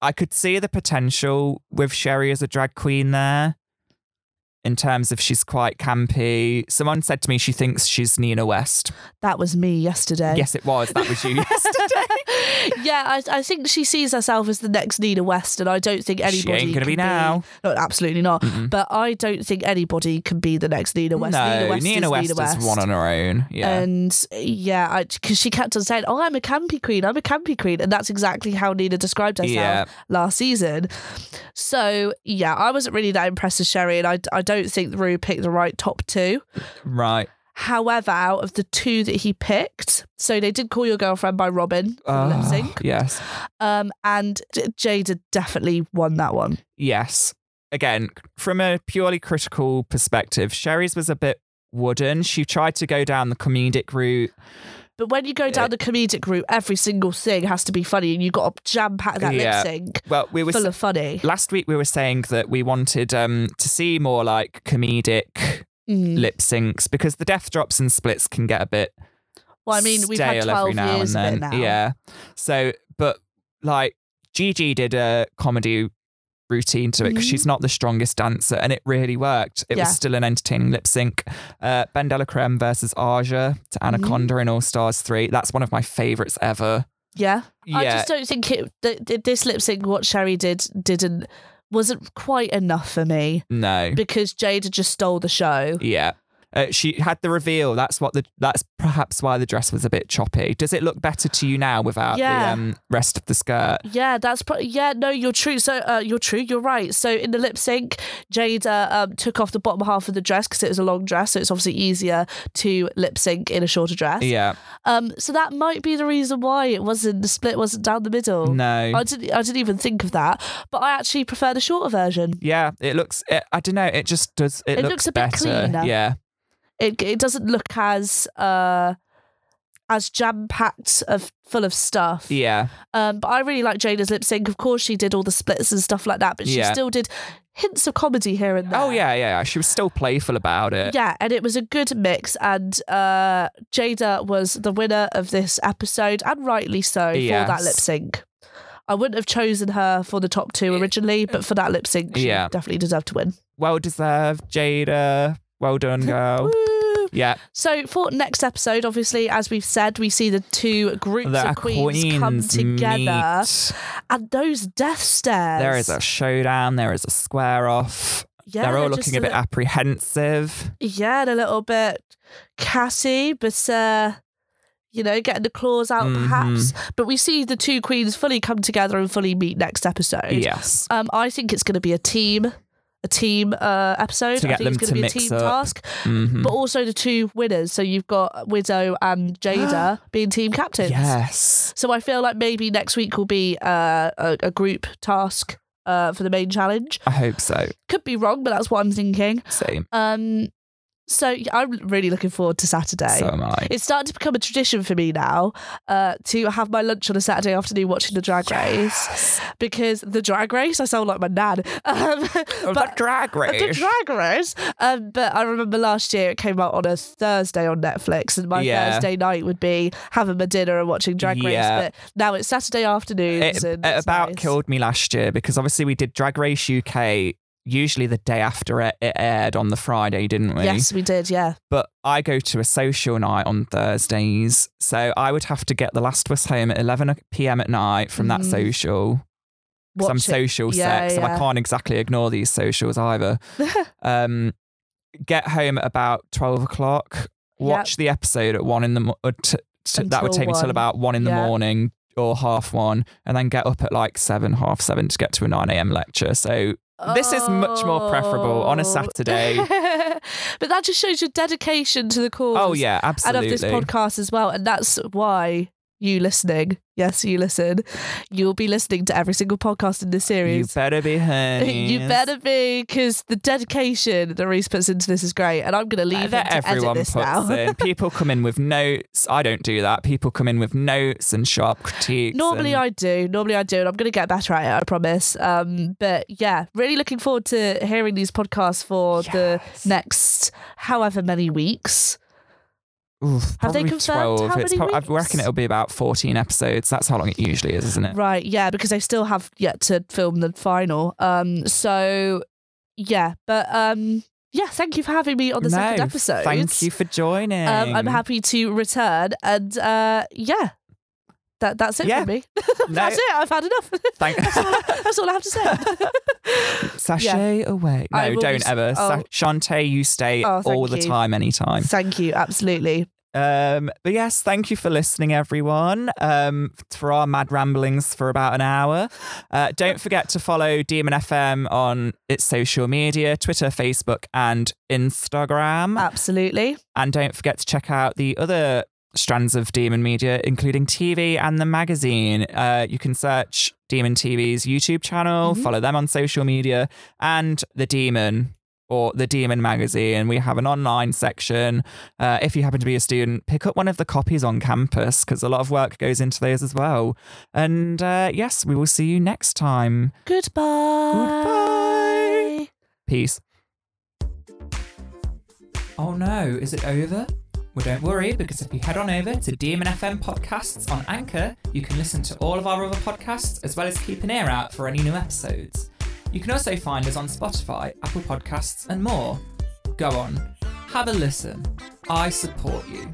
A: I could see the potential with Sherry as a drag queen there. In terms of she's quite campy. Someone said to me she thinks she's Nina West.
B: that was me yesterday. <laughs>
A: Yes, it was. That was you yesterday.
B: yeah, I, I think she sees herself as the next Nina West, and I don't think anybody
A: she ain't gonna
B: can
A: be now.
B: No, absolutely not.
A: Mm-mm.
B: But I don't think anybody can be the next Nina West.
A: no,
B: Nina West is Nina West.
A: one on her own. Yeah.
B: And yeah, because she kept on saying, "Oh, I'm a campy queen. I'm a campy queen," and that's exactly how Nina described herself
A: Yeah.
B: last season. So yeah, I wasn't really that impressed with Sherry, and I, I don't think Rue picked the right top two.
A: right.
B: However, out of the two that he picked, so they did call your girlfriend by Robin for the
A: Ah,
B: lip sync,
A: Yes.
B: um, and J- Jada definitely won that one.
A: Yes. Again, from a purely critical perspective, Sherry's was a bit wooden. She tried to go down the comedic route.
B: But when you go down the comedic route, every single thing has to be funny, and you got to jam pack that
A: Yeah.
B: lip sync
A: Well, we were
B: full of funny.
A: last week we were saying that we wanted um, to see more like comedic
B: Mm.
A: lip syncs because the death drops and splits can get a bit
B: Well, I mean, we've had
A: stale every
B: twelve
A: now
B: years
A: and then.
B: of it now.
A: Yeah. So, but like Gigi did a comedy routine to it because
B: Mhm.
A: she's not the strongest dancer and it really worked. It
B: Yeah.
A: was still an entertaining lip sync. Uh, ben Delacreme versus Aja
B: Mm.
A: to Anaconda in All Stars 3. That's one of my favorites ever.
B: yeah.
A: Yeah.
B: I just don't think it. Th- th- this lip sync, what Sherry did, didn't wasn't quite enough for me
A: no.
B: because Jada just stole the show.
A: Yeah. Uh, she had the reveal. That's what the. That's perhaps why the dress was a bit choppy. Does it look better to you now without
B: Yeah.
A: the um, rest of the skirt?
B: Yeah, that's pro- yeah. No, you're true. So uh, you're true. You're right. So in the lip sync, Jada um, took off the bottom half of the dress because it was a long dress, so it's obviously easier to lip sync in a shorter dress.
A: Yeah.
B: Um, so that might be the reason why it wasn't the split wasn't down the middle.
A: No.
B: I didn't. I didn't even think of that. But I actually prefer the shorter version.
A: Yeah, it looks. It, I don't know. It just does. It,
B: It
A: looks,
B: looks a bit
A: better.
B: cleaner.
A: Yeah,
B: it it doesn't look as uh as jam packed of full of stuff.
A: yeah,
B: Um, but I really like Jada's lip sync. Of course, she did all the splits and stuff like that, but she
A: Yeah.
B: still did hints of comedy here and there.
A: Oh yeah, yeah. She was still playful about it.
B: Yeah, and it was a good mix. And uh, Jada was the winner of this episode, and rightly so for that
A: Yes.
B: lip sync. I wouldn't have chosen her for the top two originally, but for that lip sync, she
A: Yeah.
B: definitely deserved to win.
A: Well deserved, Jada. Well done,
B: <laughs>
A: girl.
B: Woo!
A: yeah,
B: So for next episode, obviously, as we've said, we see the two groups
A: the
B: of queens, come together,
A: meet.
B: and those death stares.
A: There is a showdown. There is a square off.
B: yeah,
A: they're all
B: just
A: looking a bit
B: li-
A: apprehensive.
B: yeah, they're a little bit catty, but uh, you know, getting the claws out
A: Mhm.
B: perhaps. But we see the two queens fully come together and fully meet next episode.
A: Yes.
B: Um, I think it's going to be a team, a team uh episode.
A: To
B: I
A: get
B: think
A: them to
B: it's going to be a
A: mix
B: team
A: up.
B: task,
A: Mhm.
B: but also the two winners. So you've got Widow
A: <gasps>
B: and Jada being team captains.
A: Yes.
B: So I feel like maybe next week will be uh, a, a group task uh, for the main challenge.
A: I hope so.
B: Could be wrong, but that's what I'm thinking.
A: Same.
B: Um, so yeah, I'm really looking forward to Saturday.
A: So am I.
B: it's starting to become a tradition for me now uh, to have my lunch on a Saturday afternoon watching the drag race
A: Yes.
B: because the drag race, I sound like my nan. <laughs> Um,
A: Oh,
B: but
A: that drag race.
B: the drag race. Um, but I remember last year it came out on a Thursday on Netflix, and my
A: Yeah.
B: Thursday night would be having my dinner and watching drag
A: Yeah.
B: race. But now it's Saturday afternoons.
A: it,
B: and
A: it
B: it's
A: about
B: nice.
A: killed me last year because obviously we did Drag Race UK usually the day after it, it aired on the Friday, didn't we?
B: Yes, we did. Yeah.
A: But I go to a social night on Thursdays, so I would have to get the last of us home at eleven p.m. at night from that
B: Mhm.
A: social. Because I'm
B: Watch it.
A: social
B: Yeah,
A: sex, so
B: yeah.
A: I can't exactly ignore these socials
B: <laughs>
A: either. um, get home at about twelve o'clock. Watch the episode at one in the mo- uh, t- t- that would
B: Until
A: take me till
B: one.
A: about one in
B: Yeah.
A: the morning or half one, and then get up at like seven, half seven to get to a nine a.m. lecture. So This is much more preferable on a
B: Oh.
A: Saturday.
B: <laughs> but that just shows your dedication to the cause.
A: oh yeah,
B: and
A: absolutely.
B: of this podcast as well. And that's why you listening. Yes, you listen. You'll be listening to every single podcast in this
A: you
B: series. <laughs>
A: better be honey.
B: You better be, because the dedication that Reese puts into this is great, and I'm going to leave him
A: Uh, that
B: to
A: everyone
B: edit this
A: puts
B: now.
A: in. People come in with notes. I don't do that. People come in with notes and sharp critiques.
B: <laughs> Normally
A: and
B: I do. Normally I do, and I'm going to get better at it. I promise. Um, but yeah, really looking forward to hearing these podcasts for
A: Yes.
B: the next however many weeks.
A: Oof,
B: Have they
A: probably
B: confirmed
A: 12.
B: how
A: it's
B: many
A: prob- I
B: weeks?
A: reckon it'll be about fourteen episodes. That's how long it usually is, isn't it?
B: Right, yeah, because they still have yet to film the final. Um, so yeah, but um, yeah, thank you for having me on the second
A: No,
B: episode.
A: Thank you for joining.
B: Um, I'm happy to return, and uh, yeah, that that's it
A: Yeah.
B: for me.
A: No,
B: <laughs> that's it. I've had enough. <laughs>
A: Thank- <laughs>
B: that's, all, that's all I have to say.
A: Sashay away.
B: I
A: No,
B: will be
A: don't
B: s-
A: ever. Sa-
B: oh.
A: Shantae, you stay
B: Oh, thank
A: all the
B: you.
A: time, anytime.
B: Thank you. Absolutely.
A: Um, but yes, thank you for listening, everyone, um, for our mad ramblings for about an hour. Uh, don't forget to follow Demon FM on its social media Twitter, Facebook, and Instagram.
B: Absolutely.
A: and don't forget to check out the other strands of Demon Media, including TV and the magazine. Uh, you can search Demon TV's YouTube channel, follow them on social media, and The Demon or The Demon Magazine. We have an online section. Uh, if you happen to be a student, pick up one of the copies on campus because a lot of work goes into those as well. And uh, yes, we will see you next time.
B: Goodbye. Goodbye.
A: Peace. Oh no, is it over? Well, don't worry, because if you head on over to Demon FM Podcasts on Anchor, you can listen to all of our other podcasts as well as keep an ear out for any new episodes. You can also find us on Spotify, Apple Podcasts, and more. Go on, have a listen. I support you.